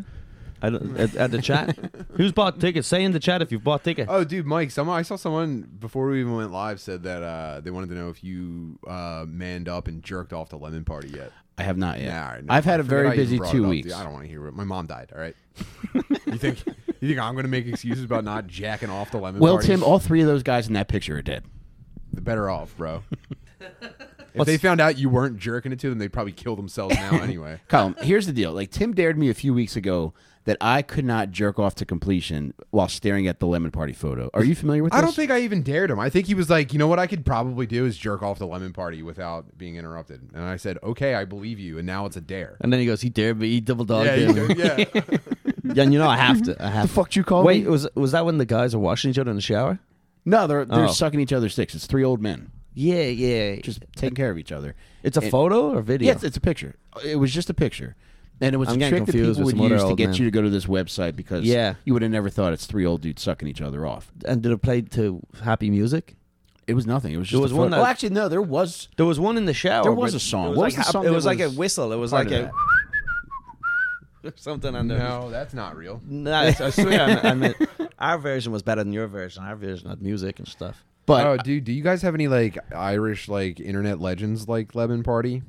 Speaker 3: I don't, at, at the chat, who's bought tickets? Say in the chat if you've bought tickets.
Speaker 1: Oh, dude, Mike. Some I saw someone before we even went live said that uh, they wanted to know if you uh, manned up and jerked off to Lemon Party yet.
Speaker 2: I have not yet.
Speaker 1: Nah, all right, never
Speaker 2: I've
Speaker 1: mind.
Speaker 2: had a
Speaker 1: Forget I
Speaker 2: very
Speaker 1: even
Speaker 2: busy
Speaker 1: brought it
Speaker 2: two
Speaker 1: up, dude.
Speaker 2: weeks.
Speaker 1: I don't want to hear it. My mom died. All right. you think you think I'm going to make excuses about not jacking off the lemon?
Speaker 2: Well,
Speaker 1: party?
Speaker 2: Tim, all three of those guys in that picture are dead.
Speaker 1: the better off, bro. if they found out you weren't jerking it to them, they'd probably kill themselves now anyway.
Speaker 2: Colin, here's the deal. Like Tim dared me a few weeks ago that I could not jerk off to completion while staring at the lemon party photo. Are you familiar with this?
Speaker 1: I don't think I even dared him. I think he was like, you know what, I could probably do is jerk off the lemon party without being interrupted. And I said, okay, I believe you. And now it's a dare.
Speaker 3: And then he goes, "He dared me. He double dog
Speaker 1: yeah,
Speaker 3: dared me."
Speaker 1: you do- yeah.
Speaker 3: Yeah, and you know I have to. I have.
Speaker 2: the fuck you call
Speaker 3: Wait,
Speaker 2: me?
Speaker 3: was was that when the guys are washing each other in the shower?
Speaker 2: No, they're they're
Speaker 3: Oh.
Speaker 2: sucking each other's dicks. It's three old men
Speaker 3: Yeah, yeah.
Speaker 2: just taking care of each other.
Speaker 3: it's a
Speaker 2: and-
Speaker 3: photo or video.
Speaker 2: Yeah, it's, it's a picture. It was just a picture. And it was
Speaker 3: I'm
Speaker 2: a
Speaker 3: getting
Speaker 2: trick that
Speaker 3: confused
Speaker 2: people
Speaker 3: with
Speaker 2: would
Speaker 3: some other
Speaker 2: use to
Speaker 3: old
Speaker 2: get
Speaker 3: man.
Speaker 2: you to go to this website because
Speaker 3: Yeah.
Speaker 2: you would have never thought it's three old dudes sucking each other off.
Speaker 3: and did it play to happy music?
Speaker 2: It was nothing. It was just
Speaker 3: There was
Speaker 2: a
Speaker 3: one
Speaker 2: photo-
Speaker 3: that-
Speaker 2: well, actually, no, there was.
Speaker 3: There was one in the shower.
Speaker 2: There was a
Speaker 3: but
Speaker 2: song.
Speaker 3: It was
Speaker 2: What was
Speaker 3: like,
Speaker 2: the
Speaker 3: a-
Speaker 2: song
Speaker 3: It
Speaker 2: that
Speaker 3: was like a
Speaker 2: was
Speaker 3: whistle. It was
Speaker 2: part
Speaker 3: like
Speaker 2: of
Speaker 3: a something on there.
Speaker 1: No, that's not real.
Speaker 3: No, I I swear. I meant, I meant our version was better than your version. Our version had music and stuff.
Speaker 2: But
Speaker 1: oh, dude, do you guys have any like Irish like internet legends like Lemon Party?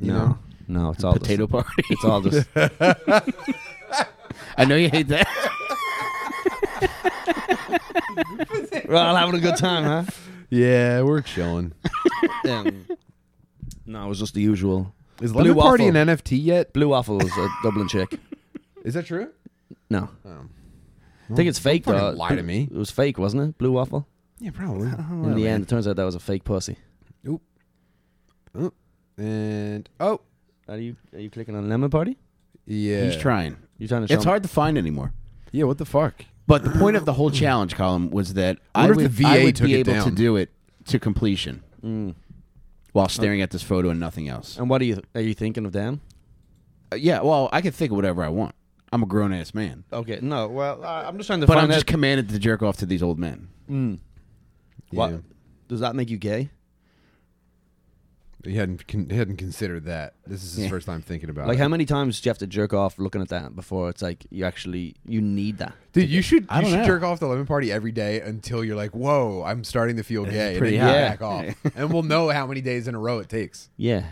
Speaker 1: You know?
Speaker 3: no, it's all
Speaker 2: potato
Speaker 3: This,
Speaker 2: party.
Speaker 3: it's all this.
Speaker 2: I know you hate that.
Speaker 3: We're all having a good time,
Speaker 1: Yeah, we're chilling.
Speaker 3: huh? Um, no, it was just the usual.
Speaker 1: Is
Speaker 3: Blue
Speaker 1: Lemon Party
Speaker 3: Waffle.
Speaker 1: an NFT yet?
Speaker 3: Blue Waffle was a Dublin chick.
Speaker 1: Is that true?
Speaker 3: No,
Speaker 1: Um,
Speaker 3: I think it's fake
Speaker 1: fucking
Speaker 3: though.
Speaker 1: lie to me.
Speaker 3: It was fake, wasn't it? Blue Waffle.
Speaker 1: yeah, probably.
Speaker 3: In the end, it turns out that was a fake pussy.
Speaker 1: Oop. Oop. And oh,
Speaker 3: Are you are you clicking on Lemon Party?
Speaker 1: yeah.
Speaker 2: He's trying.
Speaker 3: You trying to? Show
Speaker 2: It's
Speaker 3: me-
Speaker 2: hard to find anymore.
Speaker 1: Yeah, what the fuck?
Speaker 2: But the point of the whole challenge column was that I,
Speaker 1: Wonder
Speaker 2: would,
Speaker 1: if the
Speaker 2: I
Speaker 1: VA
Speaker 2: would
Speaker 1: took
Speaker 2: be
Speaker 1: it
Speaker 2: able to
Speaker 1: down.
Speaker 2: do it to completion while staring at this photo and nothing else.
Speaker 3: And what are you are you thinking of them?
Speaker 2: Uh, yeah, well, I can think of whatever I want. I'm a grown ass man.
Speaker 3: Okay, no. Well, I I'm just trying to
Speaker 2: But
Speaker 3: find
Speaker 2: I'm
Speaker 3: out.
Speaker 2: just commanded to jerk off to these old men.
Speaker 3: Mm.
Speaker 1: Yeah.
Speaker 3: What does that make you gay?
Speaker 1: He hadn't con- he hadn't considered that. This is his
Speaker 2: Yeah.
Speaker 1: first time thinking about
Speaker 3: Like,
Speaker 1: it.
Speaker 3: how many times do you have to jerk off looking at that before it's like you actually you need that?
Speaker 1: Dude, you should
Speaker 2: I
Speaker 1: you
Speaker 2: don't
Speaker 1: should
Speaker 2: know.
Speaker 1: jerk off the lemon party every day until you're like, whoa, I'm starting to feel gay, and then
Speaker 2: pretty
Speaker 1: you
Speaker 2: high.
Speaker 1: back off, and we'll know how many days in a row it takes.
Speaker 3: Yeah,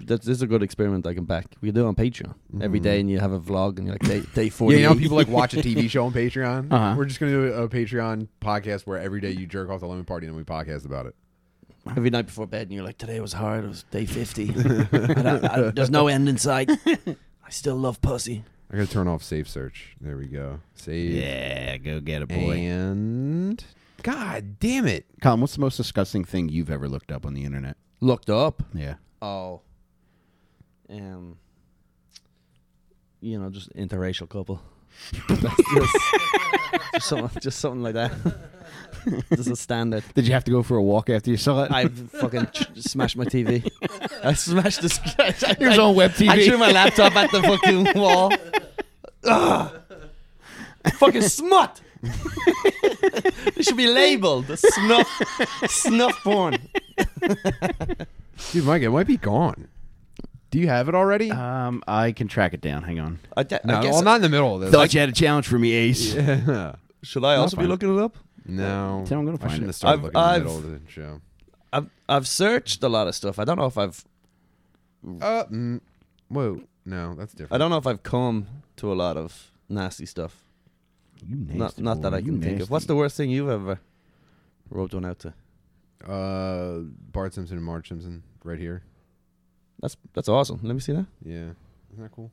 Speaker 3: that's this is a good experiment I can back. We do it on Patreon every day, and you have a vlog, and you're like day day forty.
Speaker 1: Mm-hmm. Yeah, you know, people like watch a TV show on Patreon.
Speaker 2: Uh-huh.
Speaker 1: We're just gonna do a Patreon podcast where every day you jerk off the lemon party and then we podcast about it.
Speaker 3: every night before bed, and you're like, today was hard. It was day fifty. And I- I- there's no end in sight. I still love pussy.
Speaker 1: I gotta turn off safe search. There we go. Save.
Speaker 2: Yeah, go get a
Speaker 1: And God damn it!
Speaker 2: Colin, what's the most disgusting thing you've ever looked up on the internet?
Speaker 3: Looked up.
Speaker 2: Yeah.
Speaker 3: Oh. Um. You know, just interracial couple. just, just something, just something like that. just a standard.
Speaker 2: Did you have to go for a walk after you saw it?
Speaker 3: I fucking ch- smashed my TV. I smashed this. I,
Speaker 2: It was on web TV.
Speaker 3: I threw my laptop at the fucking wall. Ugh. Fucking smut. it should be labeled snuff, snuff porn.
Speaker 1: Dude, Mike, it might be gone. Do you have it already?
Speaker 2: um, I can track it down. Hang on.
Speaker 3: I, de-
Speaker 1: no,
Speaker 3: Uh, I guess.
Speaker 1: well, not in the middle of this.
Speaker 2: Thought you had a challenge for me, Ace.
Speaker 3: should I also be
Speaker 2: fine.
Speaker 3: looking it up?
Speaker 1: no,
Speaker 2: Tell me I'm gonna
Speaker 1: I
Speaker 2: find
Speaker 1: shouldn't
Speaker 2: it.
Speaker 1: have started
Speaker 3: I've-
Speaker 1: looking in the
Speaker 3: I've-
Speaker 1: middle of the show.
Speaker 3: I've I've searched a lot of stuff. I don't know if I've
Speaker 1: Uh, mm, whoa, no, that's different.
Speaker 3: I don't know if I've come to a lot of nasty stuff.
Speaker 2: You nasty
Speaker 3: Not not that
Speaker 2: boy,
Speaker 3: I
Speaker 2: you
Speaker 3: can think of.
Speaker 2: nasty.
Speaker 3: What's the worst thing you've ever rubbed one out to?
Speaker 1: Uh, Bart Simpson and Marge Simpson, right here.
Speaker 3: That's that's awesome. Let me see that.
Speaker 1: Yeah, isn't that cool?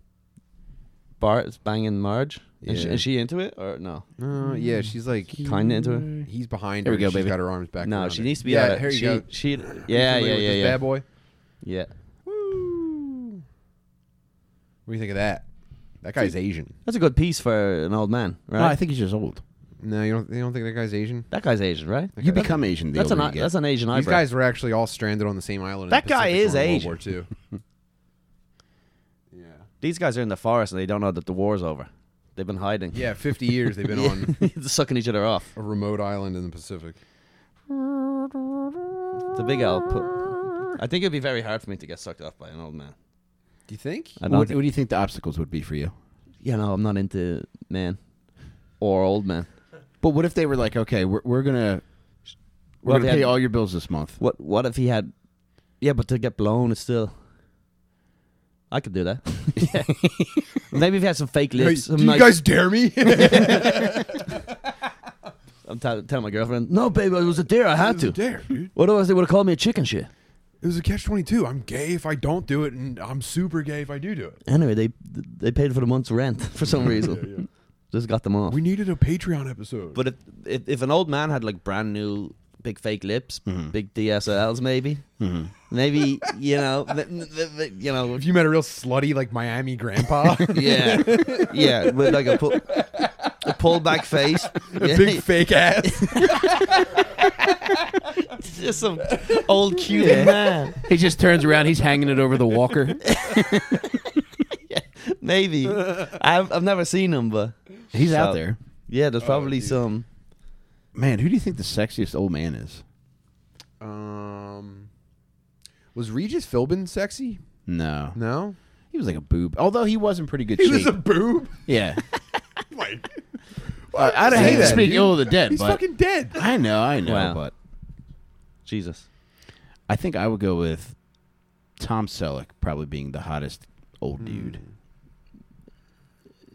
Speaker 3: Bart is banging Marge. Is, she,
Speaker 1: Yeah.
Speaker 3: is she into it or no?
Speaker 1: Uh, yeah, she's like
Speaker 3: Kind of into it.
Speaker 1: he's behind
Speaker 2: There
Speaker 1: her.
Speaker 2: we go,
Speaker 1: She's
Speaker 2: baby.
Speaker 1: got her arms back.
Speaker 3: No,
Speaker 1: around
Speaker 3: she
Speaker 1: her.
Speaker 3: needs to be.
Speaker 1: Mm. Yeah,
Speaker 3: at it.
Speaker 1: here you
Speaker 3: she,
Speaker 1: go.
Speaker 3: She,
Speaker 1: You
Speaker 3: yeah,
Speaker 1: familiar
Speaker 3: yeah,
Speaker 1: with
Speaker 3: yeah,
Speaker 1: this
Speaker 3: yeah,
Speaker 1: Bad boy.
Speaker 3: yeah.
Speaker 1: Woo. What do you think of that? That guy's Asian.
Speaker 3: That's a good piece for an old man, right?
Speaker 2: No, I think he's just old.
Speaker 1: No, you don't. You don't think that guy's Asian?
Speaker 3: that guy's Asian, right?
Speaker 2: You become Asian the
Speaker 3: That's an
Speaker 2: older
Speaker 3: I-
Speaker 2: you get.
Speaker 3: that's an Asian
Speaker 1: These
Speaker 3: eyebrow.
Speaker 1: guys were actually all stranded on the same island. in the
Speaker 3: That guy
Speaker 1: Pacific
Speaker 3: is
Speaker 1: during
Speaker 3: Asian.
Speaker 1: World War II. yeah.
Speaker 3: These guys are in the forest and they don't know that the war's over. They've been hiding.
Speaker 1: Yeah, 50 years they've been on
Speaker 3: sucking each other off.
Speaker 1: a remote island in the Pacific.
Speaker 3: It's a big output. I think it'd be very hard for me to get sucked off by an old man.
Speaker 1: Do you think?
Speaker 3: I don't.
Speaker 2: what,
Speaker 3: Think,
Speaker 2: what do you think the obstacles would be for you?
Speaker 3: you know, I'm not into man or old man.
Speaker 2: But what if they were like, okay, we're, we're gonna we're
Speaker 3: Well,
Speaker 2: gonna
Speaker 3: they had-
Speaker 2: pay all your bills this month.
Speaker 3: What What if he had? Yeah, but to get blown is still. I could do that. yeah. Maybe if he had some fake
Speaker 1: Hey,
Speaker 3: lips.
Speaker 1: do
Speaker 3: some
Speaker 1: you
Speaker 3: nice-
Speaker 1: guys dare me?
Speaker 3: I'm tell telling my girlfriend, no, babe, it was a deer. I had to.
Speaker 1: dare, dude.
Speaker 3: What else they would have called me a chicken shit?
Speaker 1: It was a catch 22. I'm gay if I don't do it, and I'm super gay if I do do it.
Speaker 3: Anyway, they they paid for the month's rent for some reason. Just got them off.
Speaker 1: We needed a Patreon episode.
Speaker 3: But if, if if an old man had like brand new big fake lips, big DSLs, maybe, maybe you know, th- th- th- you know,
Speaker 1: if you met a real slutty like Miami grandpa,
Speaker 3: yeah, yeah, with like a pull, a pulled back face,
Speaker 1: a big fake ass.
Speaker 3: just some old Cuban man,
Speaker 2: He just turns around, he's hanging it over the walker.
Speaker 3: maybe. I've I've never seen him, but
Speaker 2: He's out
Speaker 3: So-
Speaker 2: there.
Speaker 3: yeah, there's probably
Speaker 1: dude.
Speaker 3: some.
Speaker 2: Man, who do you think the sexiest old man is?
Speaker 1: Um, was Regis Philbin sexy?
Speaker 2: No.
Speaker 1: No,
Speaker 2: He was like a boob. Although he was in pretty good
Speaker 1: he
Speaker 2: shape.
Speaker 1: was a boob.
Speaker 2: yeah.
Speaker 1: Like,
Speaker 2: Uh, I'd
Speaker 1: say
Speaker 2: hate to
Speaker 1: that,
Speaker 2: speak
Speaker 1: dude.
Speaker 2: ill of the dead,
Speaker 1: He's
Speaker 2: but
Speaker 1: fucking dead.
Speaker 2: I know, I know,
Speaker 3: Wow.
Speaker 2: but
Speaker 3: Jesus.
Speaker 2: I think I would go with Tom Selleck probably being the hottest old dude.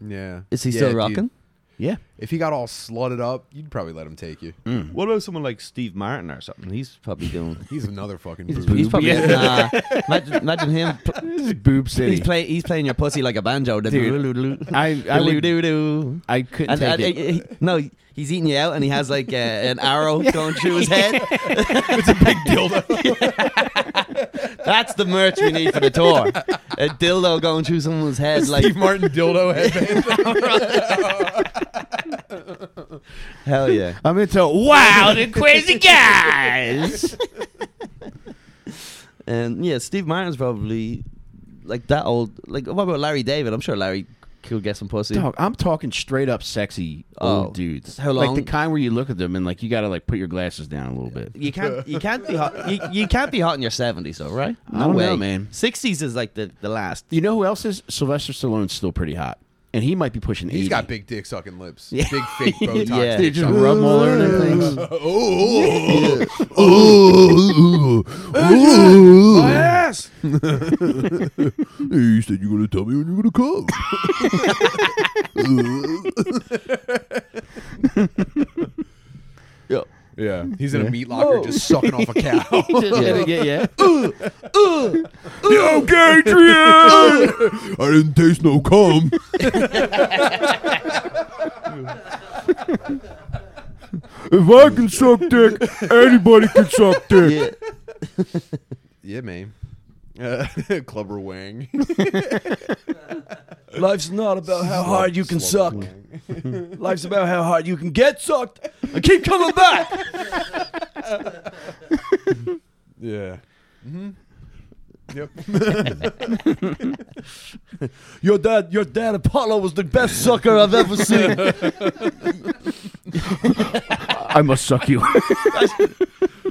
Speaker 1: Yeah.
Speaker 3: Is he
Speaker 1: Yeah,
Speaker 3: still
Speaker 1: dude.
Speaker 3: rocking?
Speaker 2: Yeah.
Speaker 1: If he got all slutted up, you'd probably let him take you.
Speaker 3: What about someone like Steve Martin or something? He's probably doing.
Speaker 1: He's another fucking
Speaker 3: He's,
Speaker 1: boob.
Speaker 3: he's probably nah. Imagine, imagine him. pl-
Speaker 2: This is boob city.
Speaker 3: He's play. He's playing your pussy like a banjo. Dude,
Speaker 2: I I would,
Speaker 3: do.
Speaker 2: I couldn't
Speaker 3: And,
Speaker 2: take
Speaker 3: and-
Speaker 2: it.
Speaker 3: uh, he- no, he's eating you out, and he has like uh, an arrow going through his head. That's the merch we need for the tour. A dildo going through someone's head, like
Speaker 1: Steve Martin dildo headband.
Speaker 3: hell yeah.
Speaker 2: I'm gonna tell wow the crazy guys.
Speaker 3: And yeah, Steve Martin's probably like that old. Like what about Larry David? I'm sure Larry could get some pussy.
Speaker 2: Dog, I'm talking straight up sexy
Speaker 3: Oh.
Speaker 2: old dudes.
Speaker 3: How
Speaker 2: Like the
Speaker 3: long?
Speaker 2: kind where you look at them and like you gotta like put your glasses down a little bit.
Speaker 3: You can't. You can't be hot. You, you can't be hot in your 70s, though, right?
Speaker 2: I don't know, man.
Speaker 3: 60s is like the the last.
Speaker 2: You know who else is? Sylvester Stallone's still pretty hot, and he might be pushing
Speaker 1: He's
Speaker 2: 80.
Speaker 1: got big dick sucking lips.
Speaker 2: Yeah.
Speaker 1: Big fake Botox.
Speaker 3: Yeah.
Speaker 1: dick
Speaker 2: Dude, just
Speaker 1: sucking
Speaker 2: rub 'em all over
Speaker 1: lips.
Speaker 2: them things.
Speaker 1: Oh, oh, oh, oh, oh. Hey, you said you're gonna tell me when you're gonna come.
Speaker 3: Yeah.
Speaker 1: Yeah, he's in a meat locker just sucking off a cow.
Speaker 3: Yeah.
Speaker 2: yeah.
Speaker 1: Yo, Adrian! I didn't taste no cum.
Speaker 2: If I can suck dick, anybody can suck dick.
Speaker 3: yeah.
Speaker 1: Yeah, man. Uh, Clubber Wang.
Speaker 3: Life's not about how hard you can suck.
Speaker 1: Clubber Wang.
Speaker 3: Life's about how hard you can get sucked and keep coming back.
Speaker 1: yeah. Mm-hmm. Yep.
Speaker 3: Your dad, your dad Apollo was the best sucker I've ever seen.
Speaker 2: I must suck you.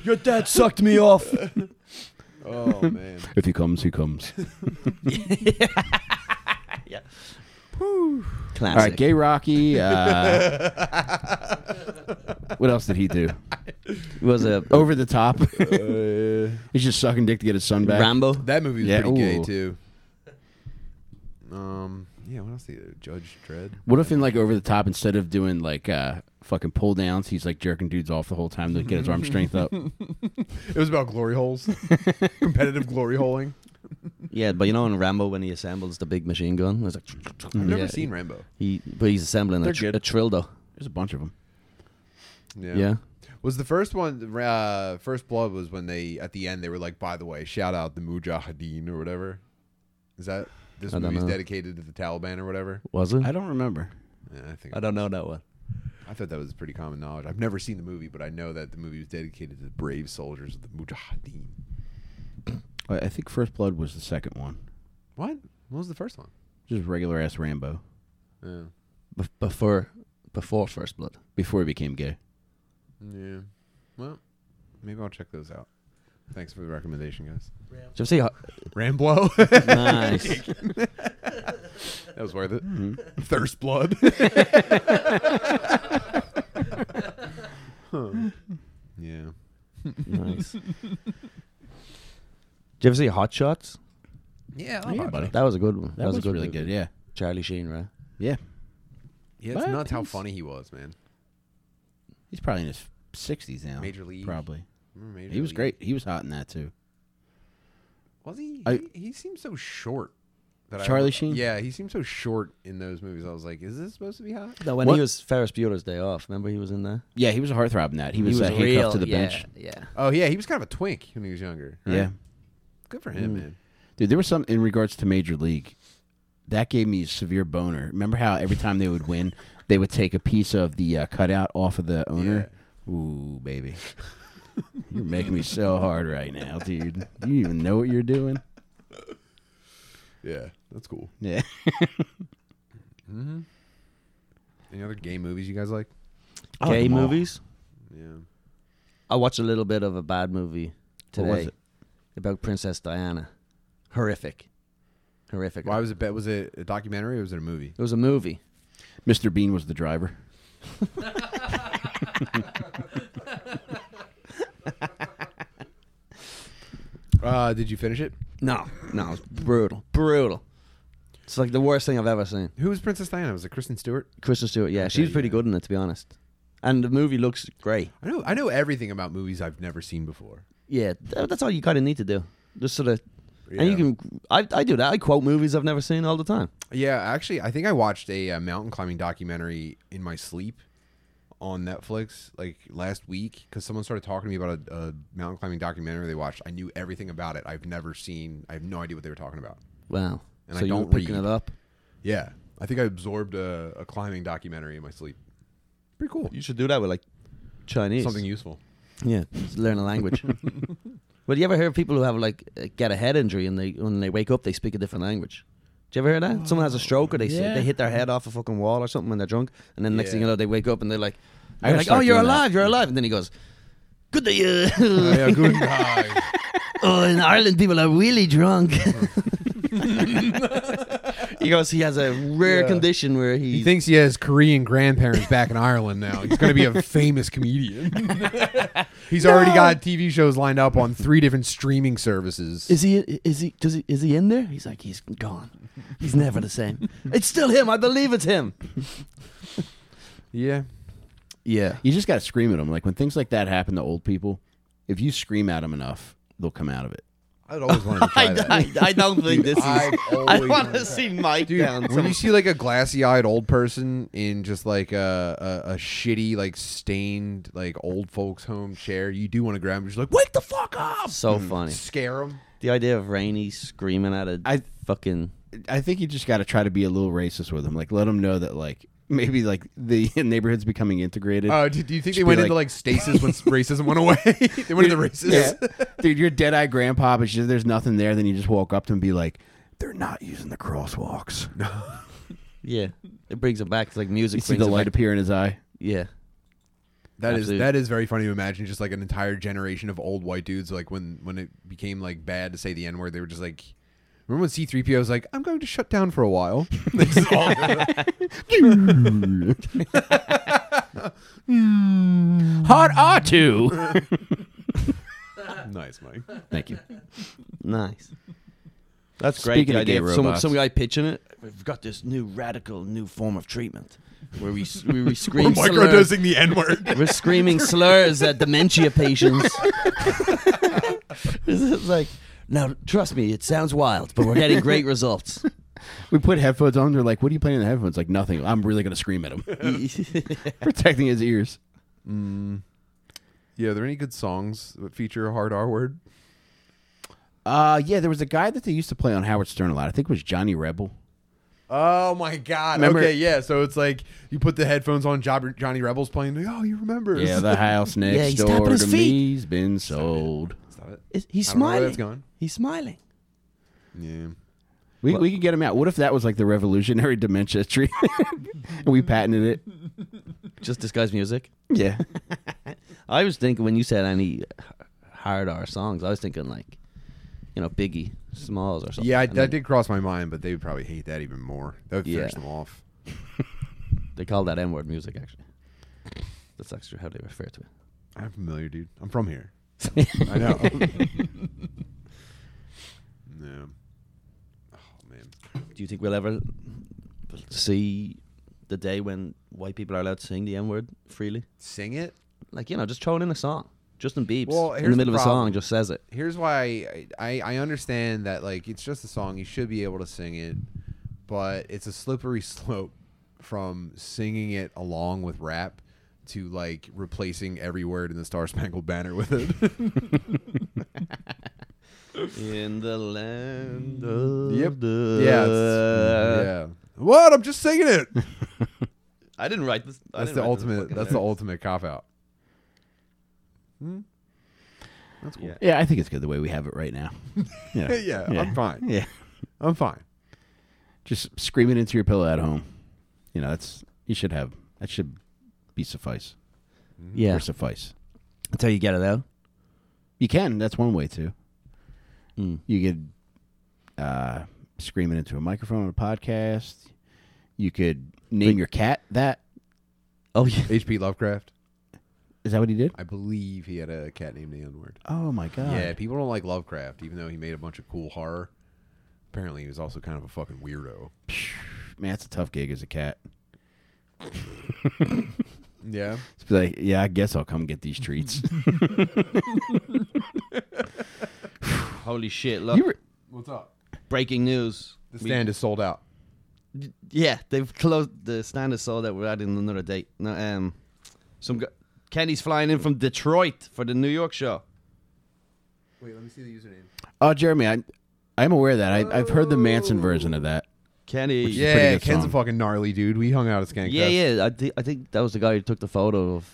Speaker 3: Your dad sucked me off.
Speaker 1: oh man.
Speaker 2: if he comes, he comes. All
Speaker 3: Classic.
Speaker 2: right, Gay Rocky. Uh, what else did he do?
Speaker 3: was a
Speaker 2: Over the top.
Speaker 1: Uh,
Speaker 2: He's just sucking dick to get his son back.
Speaker 3: Rambo.
Speaker 1: that movie was
Speaker 2: Yeah,
Speaker 1: pretty gay
Speaker 2: ooh.
Speaker 1: too. Um. Yeah. What else? Did he do? Judge Dredd.
Speaker 2: What if in like Over the Top, instead of doing like uh, fucking pull downs, he's like jerking dudes off the whole time to get his arm strength up?
Speaker 1: It was about glory holes. Competitive glory holing.
Speaker 3: Yeah, but you know in Rambo when he assembles the big machine gun, it's like
Speaker 1: I've never
Speaker 3: Yeah,
Speaker 1: seen Rambo.
Speaker 3: He, but he's assembling a,
Speaker 2: They're
Speaker 3: tr-
Speaker 2: good.
Speaker 3: a trildo.
Speaker 2: There's a bunch of them.
Speaker 1: Yeah.
Speaker 3: Yeah.
Speaker 1: Was the first one? Uh, first blood was when they at the end they were like, by the way, shout out the Mujahideen or whatever. Is that this
Speaker 3: I don't
Speaker 1: movie's
Speaker 3: know.
Speaker 1: dedicated to the Taliban or whatever?
Speaker 3: was it?
Speaker 2: I don't remember.
Speaker 1: Yeah, I think
Speaker 3: I don't know that one.
Speaker 1: I thought that was pretty common knowledge. I've never seen the movie, but I know that the movie was dedicated to the brave soldiers of the Mujahideen.
Speaker 2: I I think First Blood was the second one.
Speaker 1: What? What was the first one?
Speaker 2: Just regular ass Rambo
Speaker 1: Yeah.
Speaker 3: Bef- before, before First Blood.
Speaker 2: before he became gay.
Speaker 1: Yeah. Well, maybe I'll check those out. Thanks for the recommendation, guys.
Speaker 3: Did you see? How-
Speaker 1: Ramblo.
Speaker 3: nice.
Speaker 1: that was worth it.
Speaker 2: Mm-hmm.
Speaker 1: Thirst blood. Huh. Yeah.
Speaker 3: nice. Did you ever see Hot Shots?
Speaker 1: Yeah,
Speaker 2: Yeah, buddy.
Speaker 3: That was a good one. That,
Speaker 2: That was,
Speaker 3: a good
Speaker 2: really
Speaker 3: movie.
Speaker 2: good. Yeah,
Speaker 3: Charlie Sheen, right?
Speaker 2: yeah.
Speaker 1: Yeah, it's
Speaker 2: But
Speaker 1: nuts how
Speaker 2: he's-
Speaker 1: funny he was, man.
Speaker 2: He's probably in his sixties now.
Speaker 1: Major League.
Speaker 2: probably.
Speaker 1: Remember Major E.
Speaker 2: He was
Speaker 1: League?
Speaker 2: great. He was hot in that too.
Speaker 1: Was he?
Speaker 2: I-
Speaker 1: he, he seemed so short. That I-
Speaker 2: Charlie Sheen?
Speaker 1: Yeah, he seemed so short in those movies. I was like, is this supposed to be hot?
Speaker 3: No, when
Speaker 2: What-
Speaker 3: he was Ferris Bueller's Day Off. Remember he was in there.
Speaker 2: Yeah, he was a heartthrob in that. He was, uh, handcuffed to the
Speaker 3: yeah,
Speaker 2: bench.
Speaker 3: Yeah.
Speaker 1: Oh yeah, he was kind of a twink when he was younger. right?
Speaker 2: Yeah, Mm,
Speaker 1: good for him, man.
Speaker 2: dude. There was some in regards to Major League that gave me a severe boner. Remember how every time they would win, they would take a piece of the uh, cutout off of the owner. Ooh, baby, you're making me so hard right now, dude. Do you even know what you're doing?
Speaker 1: Yeah, that's cool.
Speaker 2: Yeah.
Speaker 1: Any other gay movies you guys like?
Speaker 2: I like
Speaker 3: Gay
Speaker 2: them all.
Speaker 3: movies.
Speaker 1: Yeah,
Speaker 3: I watched a little bit of a bad movie today
Speaker 2: was it?
Speaker 3: about Princess Diana. Horrific, horrific.
Speaker 1: Why was it? bet- Was it a documentary or was it a movie?
Speaker 3: it was a movie.
Speaker 2: Mr. Bean was the driver.
Speaker 1: Uh, did you finish it?
Speaker 3: No, no, it's brutal, brutal. It's like the worst thing I've ever seen.
Speaker 1: Who was Princess Diana? Was it Kristen Stewart?
Speaker 3: Kristen Stewart, yeah, she's pretty good in it, to be honest. And the movie looks great.
Speaker 1: I know. I know everything about movies I've never seen before.
Speaker 3: Yeah, th- that's all you kind of need to do. Just sort of, and
Speaker 1: Yeah.
Speaker 3: you can. I, I do that. I quote movies I've never seen all the time.
Speaker 1: Yeah, actually, I think I watched a uh, mountain climbing documentary in my sleep on Netflix like last week because someone started talking to me about a, a mountain climbing documentary they watched. I knew everything about it. I've never seen. I have no idea what they were talking about.
Speaker 3: Wow.
Speaker 1: And
Speaker 3: so
Speaker 1: I
Speaker 3: you were
Speaker 1: don't
Speaker 3: picking
Speaker 1: read.
Speaker 3: it up.
Speaker 1: Yeah, I think I absorbed a, a climbing documentary in my sleep. Pretty cool.
Speaker 3: You should do that with like Chinese.
Speaker 1: Something useful.
Speaker 3: Yeah, just learn a language. but you ever hear of people who have like uh, get a head injury and they when they wake up they speak a different language? Do you ever hear that? Someone has a stroke or they
Speaker 4: Yeah.
Speaker 3: they hit their head off a fucking wall or something when they're drunk, and then next thing
Speaker 1: Yeah.
Speaker 3: you know they wake up and they're like,
Speaker 2: I
Speaker 3: they're
Speaker 2: gotta
Speaker 3: like,
Speaker 2: start
Speaker 3: oh you're
Speaker 2: doing that."
Speaker 3: alive, you're alive, and then he goes, good day.
Speaker 1: Oh, yeah,
Speaker 3: Uh.
Speaker 1: good guy.
Speaker 3: oh, in Ireland people are really drunk. he goes, he has a rare
Speaker 1: Yeah.
Speaker 3: condition where he,
Speaker 1: He thinks he has Korean grandparents back in Ireland now. He's going to be a famous comedian. He's already got TV shows lined up on three different streaming services.
Speaker 3: Is he? Is he? Does he? Is he in there? He's like he's gone. He's never the same. It's still him. I believe it's him.
Speaker 1: yeah.
Speaker 3: Yeah.
Speaker 2: You just got to scream at them. Like when things like that happen to old people, if you scream at them enough, they'll come out of it.
Speaker 1: I'd always wanted to try
Speaker 3: I,
Speaker 1: that.
Speaker 3: I, I don't think this is.
Speaker 1: I've
Speaker 3: I
Speaker 1: always
Speaker 3: want to see Mike
Speaker 1: Dude,
Speaker 3: down.
Speaker 1: when you see like a glassy-eyed old person in just like a, a, a shitty, like stained, like old folks' home chair, you do want to grab him. Just like wake the fuck up,
Speaker 3: so
Speaker 2: Hmm.
Speaker 3: funny.
Speaker 1: scare him.
Speaker 3: The idea of Rainey screaming at a
Speaker 2: I-
Speaker 3: fucking.
Speaker 2: I think you just got to try to be a little racist with them. Like let them know that like maybe like the neighborhood's becoming integrated.
Speaker 1: Uh, do, do you think they
Speaker 2: Should
Speaker 1: went
Speaker 2: be
Speaker 1: into
Speaker 2: like-
Speaker 1: like stasis once racism went away? they went into racism.
Speaker 2: Yeah. Dude, your dead eye grandpa, but just, there's nothing there. Then you just walk up to him and be like, they're not using the crosswalks.
Speaker 3: Yeah. It brings it back. It's like music.
Speaker 2: You see
Speaker 3: brings
Speaker 2: the
Speaker 3: it
Speaker 2: light
Speaker 3: back.
Speaker 2: appear in his eye.
Speaker 3: Yeah.
Speaker 1: That is
Speaker 3: Absolutely.
Speaker 1: that is very funny to imagine. Just like an entire generation of old white dudes, like when when it became like bad to say the n word, they were just like, remember when C three PO was like, "I'm going to shut down for a while." They just all-
Speaker 2: Hot R2.
Speaker 1: nice, Mike.
Speaker 2: Thank you.
Speaker 3: Nice. That's great.
Speaker 2: Speaking
Speaker 3: the
Speaker 2: of gay
Speaker 3: idea of some,
Speaker 2: robots.
Speaker 3: some guy pitching it. We've got this new radical new form of treatment where we s- where we
Speaker 1: We're
Speaker 2: Oh
Speaker 3: scream slurs.
Speaker 1: microdosing the n word.
Speaker 3: We're screaming slurs at dementia patients. this is like, now trust me, it sounds wild, but we're getting great results.
Speaker 2: We put headphones on. They're like, what are you playing in the headphones? Like, nothing. I'm really going to scream at him. Protecting his ears.
Speaker 1: Yeah, are there any good songs that feature a hard R word?
Speaker 2: Uh, yeah, there was a guy that they used to play on Howard Stern a lot. I think it was Johnny Rebel.
Speaker 1: Oh my God!
Speaker 2: Remember-
Speaker 1: okay, yeah. So it's like you put the headphones on, Job- Johnny Rebels playing. Like, oh, you remember?
Speaker 2: Yeah, the house next
Speaker 3: Yeah, he's
Speaker 2: door
Speaker 3: tapping
Speaker 2: to
Speaker 3: his feet.
Speaker 2: me's been sold.
Speaker 1: Stop it.
Speaker 3: Is- He's
Speaker 1: I don't know where
Speaker 3: smiling.
Speaker 1: that's going.
Speaker 3: He's smiling.
Speaker 1: Yeah.
Speaker 2: We, we could get him out. What if that was like the revolutionary dementia tree? and we patented it.
Speaker 3: Just this guy's music.
Speaker 2: Yeah.
Speaker 3: I was thinking when you said any hard R songs, I was thinking like, you know, Biggie, Smalls or something.
Speaker 1: Yeah, I,
Speaker 3: And
Speaker 1: that
Speaker 3: then
Speaker 1: did cross my mind, but they would probably hate that even more. That would finish
Speaker 3: Yeah.
Speaker 1: them off.
Speaker 3: They call that N word music, actually. That's actually how they refer to it.
Speaker 1: I'm familiar, dude. I'm from here. I know. no. Oh man.
Speaker 3: Do you think we'll ever see the day when white people are allowed to sing the N word freely?
Speaker 1: Sing it.
Speaker 3: Like, you know, just throw it in a song. Justin Biebs
Speaker 1: Well,
Speaker 3: in
Speaker 1: here's
Speaker 3: the
Speaker 1: the
Speaker 3: middle of a
Speaker 1: problem.
Speaker 3: song just says it.
Speaker 1: Here's why I, I I understand that like it's just a song. You should be able to sing it, but it's a slippery slope from singing it along with rap to like replacing every word in the Star Spangled Banner with it.
Speaker 3: In the land of the
Speaker 1: yeah. it's- yeah. What? I'm just singing it.
Speaker 3: I didn't write this. I
Speaker 1: That's
Speaker 3: didn't
Speaker 1: the
Speaker 3: write this
Speaker 1: ultimate.
Speaker 3: fucking
Speaker 1: That's the
Speaker 3: lyric.
Speaker 1: ultimate cop out. Hmm? That's cool.
Speaker 3: Yeah.
Speaker 2: Yeah, I think it's good the way we have it right now. Yeah.
Speaker 1: Yeah, I'm fine.
Speaker 2: Yeah.
Speaker 1: I'm fine.
Speaker 2: Just screaming into your pillow at home. You know, that's you should have that should be suffice.
Speaker 3: Yeah.
Speaker 2: Or suffice.
Speaker 3: Until you get it out.
Speaker 2: You can. That's one way too.
Speaker 3: Hmm.
Speaker 2: You could uh, scream it into a microphone on a podcast. You could name your cat that.
Speaker 3: Oh yeah.
Speaker 1: H.P. Lovecraft.
Speaker 2: Is that what he did?
Speaker 1: I believe he had a cat named the N word.
Speaker 2: Oh my
Speaker 3: Ah.
Speaker 2: god!
Speaker 1: Yeah, people don't like Lovecraft, even though he made a bunch of cool horror. Apparently, he was also kind of a fucking weirdo.
Speaker 2: man, that's a tough gig as a cat.
Speaker 1: Yeah.
Speaker 2: It's be like, yeah, I guess I'll come get these treats.
Speaker 3: Holy shit! Look,
Speaker 1: What's up?
Speaker 3: breaking news.
Speaker 1: The
Speaker 3: We-
Speaker 1: stand is sold out.
Speaker 3: yeah, they've closed the stand. is sold out. We're adding another date. No, um, some gu Kenny's flying in from Detroit for the New York show.
Speaker 1: Wait, let me see the username.
Speaker 2: oh, Jeremy, I, I'm aware of that. I, I've heard the Manson version of that.
Speaker 3: Kenny.
Speaker 2: Which is
Speaker 3: yeah,
Speaker 2: pretty
Speaker 1: Yeah,
Speaker 2: good
Speaker 1: Ken's
Speaker 2: song.
Speaker 1: a fucking gnarly dude. We hung out at Skankfest.
Speaker 3: yeah, yeah. I, thi- I think that was the guy who took the photo of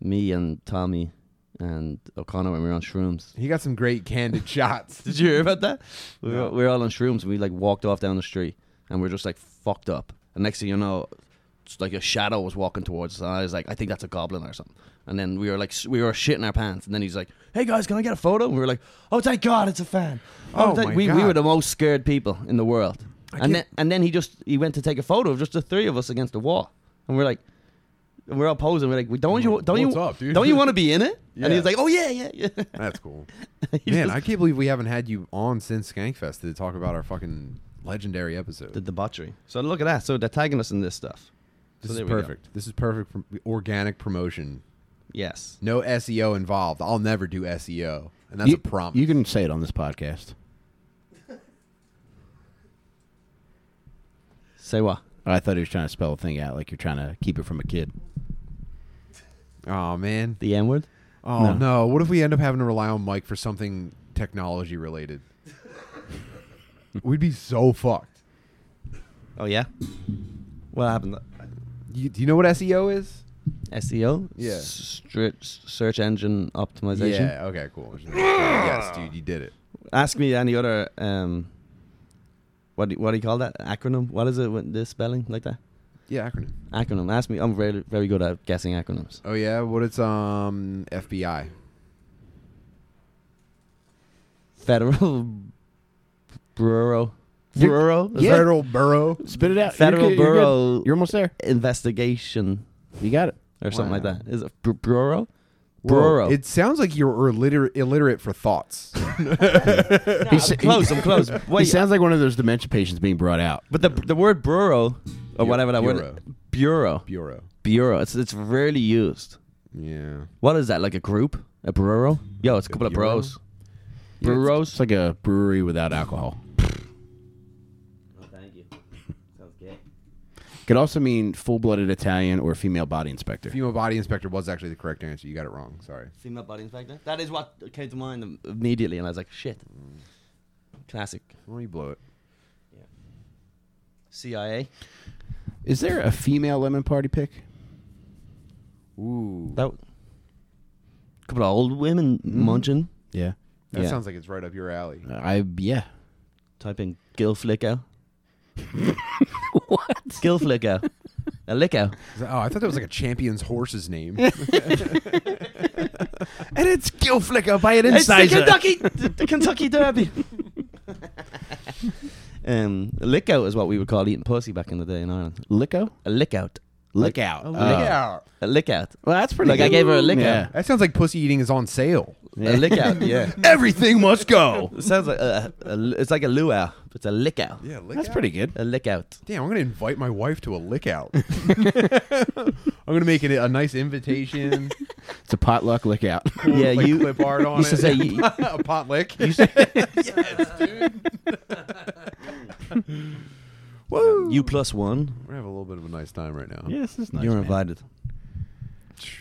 Speaker 3: me and Tommy and O'Connor when we were on shrooms.
Speaker 1: He got some great candid shots.
Speaker 3: Did you hear about that? We were, we were all on shrooms and we like walked off down the street and we are just like fucked up. And next thing you know, it's like a shadow was walking towards us. And I was like, I think that's a goblin or something. And then we were like, we were shitting our pants. And then he's like, Hey guys, can I get a photo? And we were like, Oh, thank God, it's a fan. Oh,
Speaker 1: Oh,
Speaker 3: thank-
Speaker 1: my
Speaker 3: we, we
Speaker 1: God.
Speaker 3: were the most scared people in the world.
Speaker 1: can't-
Speaker 3: And then and then he just he went to take a photo of just the three of us against the wall. And we're like. and We're all posing. We're like, we don't you don't
Speaker 1: What's
Speaker 3: you
Speaker 1: up, dude?
Speaker 3: don't you want to be in it? And
Speaker 1: Yeah.
Speaker 3: he's like, oh yeah, yeah, yeah.
Speaker 1: That's cool.
Speaker 3: He
Speaker 1: Man,
Speaker 3: just-
Speaker 1: I can't believe we haven't had you on since Skankfest to talk about our fucking legendary episode.
Speaker 3: the debauchery. So look at that. So they're tagging us in this stuff.
Speaker 1: this
Speaker 3: so
Speaker 1: is
Speaker 3: there we go.
Speaker 1: perfect. This is perfect for organic promotion.
Speaker 3: Yes.
Speaker 1: No SEO involved. I'll never do SEO. And that's
Speaker 2: you,
Speaker 1: a promise.
Speaker 2: You can say it on this podcast.
Speaker 3: Say what?
Speaker 2: I thought he was trying to spell a thing out, like you're trying to keep it from a kid.
Speaker 1: oh, man.
Speaker 3: The N word?
Speaker 1: Oh,
Speaker 2: No.
Speaker 1: no. What if we end up having to rely on Mike for something technology related? We'd be so fucked.
Speaker 3: Oh yeah. What happened?
Speaker 1: You, do you know what SEO is?
Speaker 3: SEO.
Speaker 1: Yeah.
Speaker 3: S- stri- s- search engine optimization.
Speaker 1: Yeah. Okay, cool. yes, dude, you did it.
Speaker 3: Ask me any other um. What do, what do you call that acronym? What is it with this spelling like that?
Speaker 1: Yeah, acronym.
Speaker 3: Acronym. Ask me. I'm very very good at guessing acronyms.
Speaker 1: Oh yeah, what it's um FBI.
Speaker 3: Federal. Bureau. Bureau. Is that-
Speaker 1: Federal Burrow.
Speaker 2: Spit it out.
Speaker 3: Federal
Speaker 2: you're, good- you're good.
Speaker 3: Borough.
Speaker 2: You're almost there.
Speaker 3: Investigation
Speaker 2: You got it.
Speaker 3: or something like
Speaker 1: Wow.
Speaker 3: that. Is it bu- bureau? Bureau.
Speaker 1: It sounds like you're illiterate, illiterate for thoughts.
Speaker 2: He sa-
Speaker 3: close. I'm close.
Speaker 2: He
Speaker 3: Wait.
Speaker 2: sounds like one of those dementia patients being brought out.
Speaker 3: But the the word bureau or
Speaker 1: Bu-
Speaker 3: whatever that
Speaker 1: bureau.
Speaker 3: word bureau
Speaker 1: Bureau.
Speaker 3: bureau it's it's rarely used.
Speaker 1: Yeah.
Speaker 3: What is that like a group? A bureau? Yo, it's a couple of
Speaker 1: bureau?
Speaker 3: bros.
Speaker 1: Yeah, it's-
Speaker 3: Bureaus.
Speaker 2: It's like a brewery without alcohol.
Speaker 3: Oh, thank you. Sounds gay.
Speaker 2: Could also mean full-blooded Italian or female body inspector.
Speaker 1: Female body inspector was actually the correct answer. You got it wrong. Sorry.
Speaker 3: Female body inspector. That is what came to mind im- immediately, and I was like, shit. Classic.
Speaker 1: Well, you blow it.
Speaker 3: CIA.
Speaker 2: Is there a female lemon party pick?
Speaker 1: Ooh. That,
Speaker 3: That. Couple of old women munching.
Speaker 2: Yeah.
Speaker 3: yeah.
Speaker 1: sounds like it's right up your alley.
Speaker 2: Uh, I yeah.
Speaker 3: Type in Gil Flicko. what? Gil Flicko. A licko.
Speaker 1: Is that- Oh, I thought that was like a champion's horse's name.
Speaker 2: And it's Gil Flicker by an
Speaker 3: It's the Kentucky, the Kentucky Derby. um, a lick out is what we would call eating pussy back in the day in Ireland.
Speaker 2: Licko?
Speaker 3: A lick out.
Speaker 2: Lick out.
Speaker 1: Oh,
Speaker 2: Oh.
Speaker 1: look out.
Speaker 3: A lick out.
Speaker 2: Well, that's pretty
Speaker 3: Like, I
Speaker 2: good.
Speaker 3: gave her a lick
Speaker 2: Yeah.
Speaker 1: That sounds like pussy eating is on sale.
Speaker 3: A lick out. Yeah.
Speaker 2: Everything must go.
Speaker 3: It sounds like a, a, it's like a luau. It's a lick out.
Speaker 1: Yeah, lick
Speaker 2: That's pretty good.
Speaker 3: A lick out.
Speaker 1: Damn, I'm gonna invite my wife to a lick out. I'm gonna make it a nice invitation.
Speaker 2: It's a potluck lick out.
Speaker 3: Yeah,
Speaker 1: like
Speaker 3: you-
Speaker 1: clip art on
Speaker 3: you should
Speaker 1: it.
Speaker 3: say you-
Speaker 1: a pot lick. Woo!
Speaker 3: You plus one.
Speaker 1: We're gonna have a little bit of a nice time right now.
Speaker 2: this is nice.
Speaker 3: You're invited.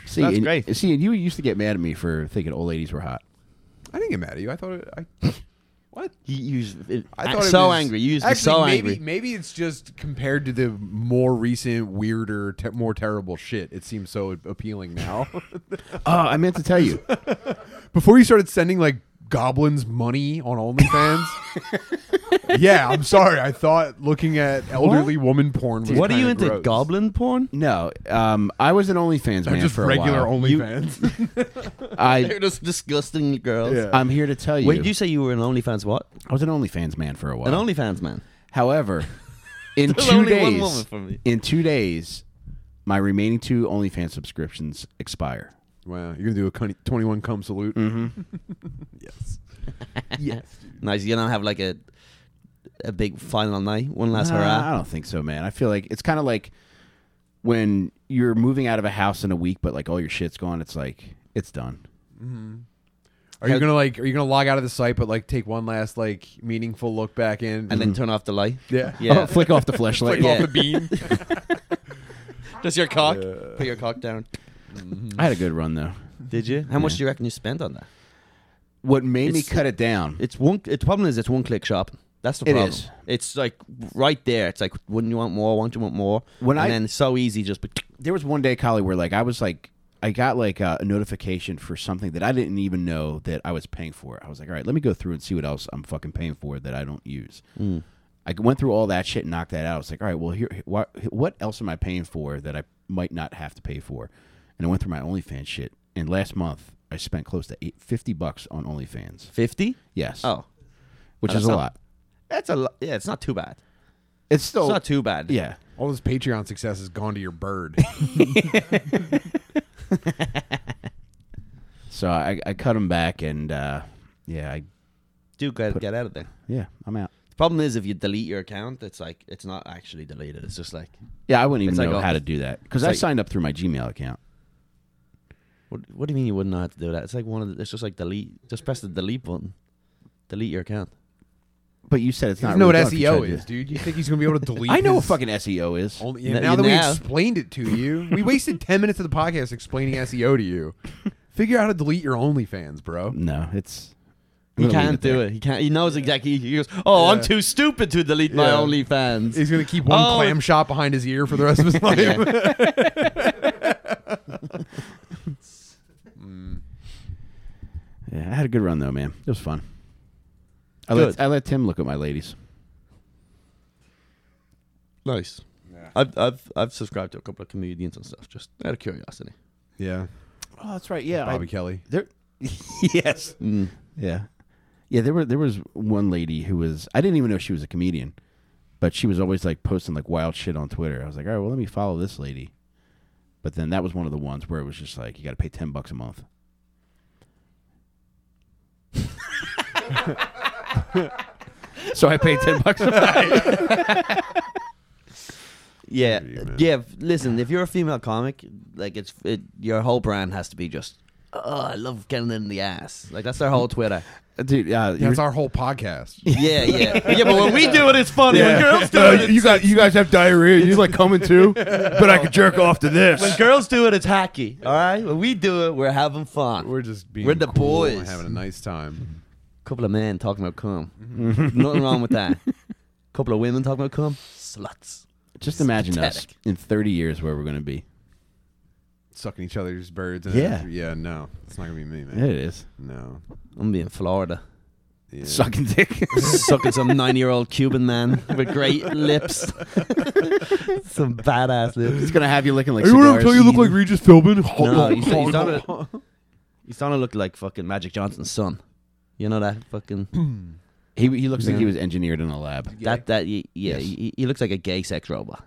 Speaker 2: See,
Speaker 3: That's
Speaker 2: and-
Speaker 3: great.
Speaker 2: See, and you used to get mad at me for thinking old ladies were hot.
Speaker 1: I didn't get mad at you. I thought it, I. What?
Speaker 3: You, you was- it-
Speaker 1: I
Speaker 3: I
Speaker 1: thought it
Speaker 3: so
Speaker 1: was-
Speaker 3: angry. You used to be
Speaker 1: actually,
Speaker 3: so
Speaker 1: maybe,
Speaker 3: angry.
Speaker 1: Maybe it's just compared to the more recent, weirder, te- more terrible shit. It seems so appealing now.
Speaker 2: Oh, I meant to tell you.
Speaker 1: Before you started sending like goblins money on OnlyFans, yeah, I'm sorry. I thought looking at elderly woman porn was
Speaker 3: What are you
Speaker 1: kinda
Speaker 3: into?
Speaker 1: gross.
Speaker 3: Goblin porn?
Speaker 2: No, um, I was an OnlyFans
Speaker 1: They're
Speaker 2: man
Speaker 1: just
Speaker 2: for a
Speaker 1: regular
Speaker 2: while.
Speaker 1: OnlyFans.
Speaker 2: I
Speaker 3: They're just disgusting girls.
Speaker 1: Yeah.
Speaker 2: I'm here to tell you,
Speaker 3: Wait, you say you were an OnlyFans what?
Speaker 2: I was an OnlyFans man for a while.
Speaker 3: An OnlyFans man.
Speaker 2: However, in
Speaker 3: There's
Speaker 2: two
Speaker 3: only one woman
Speaker 2: days,
Speaker 3: for me.
Speaker 2: in two days, my remaining two OnlyFans subscriptions expire.
Speaker 1: wow, you're gonna do a cunny- 21 cum salute?
Speaker 3: Mm-hmm.
Speaker 1: yes. yes.
Speaker 3: Nice. You don't have like a a big final night, one last
Speaker 2: Nah,
Speaker 3: hurrah.
Speaker 2: Uh, I don't think so, man. I feel like it's kind of like when you're moving out of a house in a week, but like all your shit's gone. It's like it's done.
Speaker 1: Are you gonna like? Are you gonna log out of the site, but like take one last like meaningful look back in?
Speaker 3: and then turn off the light.
Speaker 1: yeah,
Speaker 3: Yeah.
Speaker 2: Oh, flick off the flashlight.
Speaker 1: Flick off
Speaker 3: Yeah.
Speaker 1: the beam.
Speaker 3: Just your cock.
Speaker 1: Yeah.
Speaker 3: Put your cock down.
Speaker 2: I had a good run though.
Speaker 3: Did you? How much do you reckon you spent on that?
Speaker 2: What made me
Speaker 3: It's-
Speaker 2: cut it down?
Speaker 3: It's one. The problem is it's one click shop. That's the
Speaker 2: It
Speaker 3: problem.
Speaker 2: is.
Speaker 3: It's like right there. It's like, wouldn't you want more? Wouldn't you want more?
Speaker 2: When
Speaker 3: and
Speaker 2: I-
Speaker 3: then it's so easy, just be-
Speaker 2: there was one day, Collie, where like I was like, I got like a, a notification for something that I didn't even know that I was paying for. I was like, all right, let me go through and see what else I'm fucking paying for that I don't use. I went through all that shit and knocked that out. I was like, all right, well, here, what, what else am I paying for that I might not have to pay for? And I went through my OnlyFans shit. And last month, I spent close to eight, 50 bucks on OnlyFans.
Speaker 3: fifty.
Speaker 2: Yes.
Speaker 3: Oh,
Speaker 2: which
Speaker 3: that's
Speaker 2: is a
Speaker 3: not-
Speaker 2: lot.
Speaker 3: that's a. Lo- yeah, it's not too bad.
Speaker 2: It's still
Speaker 3: It's not too bad.
Speaker 2: Yeah.
Speaker 1: All this Patreon success has gone to your bird.
Speaker 2: So I, I cut them back and uh, yeah, I,
Speaker 3: Do get get out of there.
Speaker 2: yeah, I'm out.
Speaker 3: The problem is if you delete your account, it's like it's not actually deleted. It's just like
Speaker 2: Yeah, I wouldn't even
Speaker 3: It's like
Speaker 2: know
Speaker 3: a-
Speaker 2: how to do that because
Speaker 3: it's
Speaker 2: I
Speaker 3: like-
Speaker 2: signed up through my Gmail account.
Speaker 3: What, what do you mean you wouldn't know how to do that? It's like one of the, it's just like delete. Just press the delete button. Delete your account.
Speaker 2: But you said it's
Speaker 1: You
Speaker 2: not.
Speaker 1: don't know what
Speaker 2: really done if you
Speaker 1: SEO
Speaker 2: tried to-
Speaker 1: is, dude. You think he's gonna be able to delete?
Speaker 2: I know what
Speaker 1: his-
Speaker 2: fucking SEO is.
Speaker 1: Only,
Speaker 3: N-
Speaker 1: now
Speaker 3: you
Speaker 1: that we
Speaker 3: now-
Speaker 1: explained it to you, we wasted 10 minutes of the podcast explaining SEO to you. Figure out how to delete your OnlyFans, bro.
Speaker 2: No, it's. I'm
Speaker 3: He
Speaker 2: gonna leave
Speaker 3: can't
Speaker 2: it there.
Speaker 3: do it. He can't. He knows exactly. He goes, "Oh, I'm
Speaker 1: Yeah.
Speaker 3: too stupid to delete my
Speaker 1: Yeah.
Speaker 3: OnlyFans."
Speaker 1: He's going to keep one
Speaker 3: Oh.
Speaker 1: clam shot behind his ear for the rest of his life.
Speaker 2: Yeah, I had a good run though, man. It was fun. I
Speaker 3: Good.
Speaker 2: let I let Tim look at my ladies.
Speaker 3: Nice. I've I've I've subscribed to a couple of comedians and stuff just out of curiosity.
Speaker 1: Yeah.
Speaker 2: Oh, that's right. Yeah,
Speaker 1: Bobby Kelly.
Speaker 2: there. yes. Yeah. Yeah, there were there was one lady who was I didn't even know she was a comedian, but she was always like posting like wild shit on Twitter. I was like, all right, well, let me follow this lady. But then that was one of the ones where it was just like you got to pay ten bucks a month. so I paid ten bucks. a month.
Speaker 3: Yeah,
Speaker 1: you, man.
Speaker 3: yeah. f- Listen, if you're a female comic, like it's it, your whole brand has to be just. Oh, I love getting in the ass. Like that's their whole Twitter.
Speaker 2: Dude, uh, you're-
Speaker 1: That's our whole podcast.
Speaker 3: Yeah, yeah, yeah. But when we do it, it's funny. When girls do
Speaker 2: Uh,
Speaker 3: it,
Speaker 2: you got you guys have diarrhea. You like coming too, but I could jerk off to this.
Speaker 3: when girls do it, it's hacky. All right. When we do it, we're having fun.
Speaker 1: We're just being
Speaker 3: We're the
Speaker 1: cool and
Speaker 3: boys.
Speaker 1: having a nice time.
Speaker 3: Couple of men talking about cum. Nothing wrong with that. Couple of women talking about cum. Sluts.
Speaker 2: Just imagine us
Speaker 3: pathetic.
Speaker 2: in thirty years where we're gonna be.
Speaker 1: Sucking each other's birds. And
Speaker 2: Yeah.
Speaker 1: Yeah, no. It's not going to be me, man.
Speaker 2: It is
Speaker 1: No.
Speaker 3: I'm being Florida.
Speaker 1: Yeah.
Speaker 2: sucking dick.
Speaker 3: Sucking some nine year old Cuban man with great lips. some badass lips.
Speaker 2: It's gonna have you looking like. cigars.
Speaker 1: Regis Philbin?
Speaker 3: No, he's, he's not a, he's not a look like fucking Magic Johnson's son. You know that fucking
Speaker 2: he, he looks like
Speaker 3: Yeah.
Speaker 2: he was engineered in a lab.
Speaker 3: that that y- yeah
Speaker 2: Yes.
Speaker 3: he, he looks like a gay sex robot.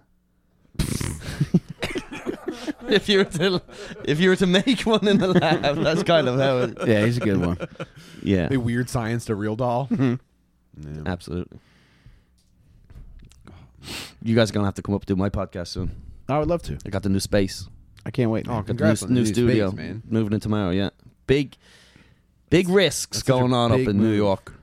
Speaker 3: if you were to if you were to make one in the lab, that's kind of how it.
Speaker 2: Yeah, he's a good one.
Speaker 3: Yeah,
Speaker 1: They weird science to real doll.
Speaker 2: Mm-hmm.
Speaker 1: Yeah.
Speaker 3: absolutely. You guys are gonna have to come up and do my podcast soon.
Speaker 2: I would love to.
Speaker 3: I got the new space.
Speaker 2: I can't wait.
Speaker 1: Oh,
Speaker 2: man.
Speaker 3: Got
Speaker 1: Congrats
Speaker 3: the
Speaker 1: on
Speaker 3: new,
Speaker 1: the
Speaker 3: new
Speaker 1: new
Speaker 3: studio,
Speaker 1: space, man.
Speaker 3: Moving in tomorrow, yeah. Big, big risks
Speaker 1: that's such a
Speaker 3: going on up in
Speaker 1: big
Speaker 3: New
Speaker 1: move.
Speaker 3: York.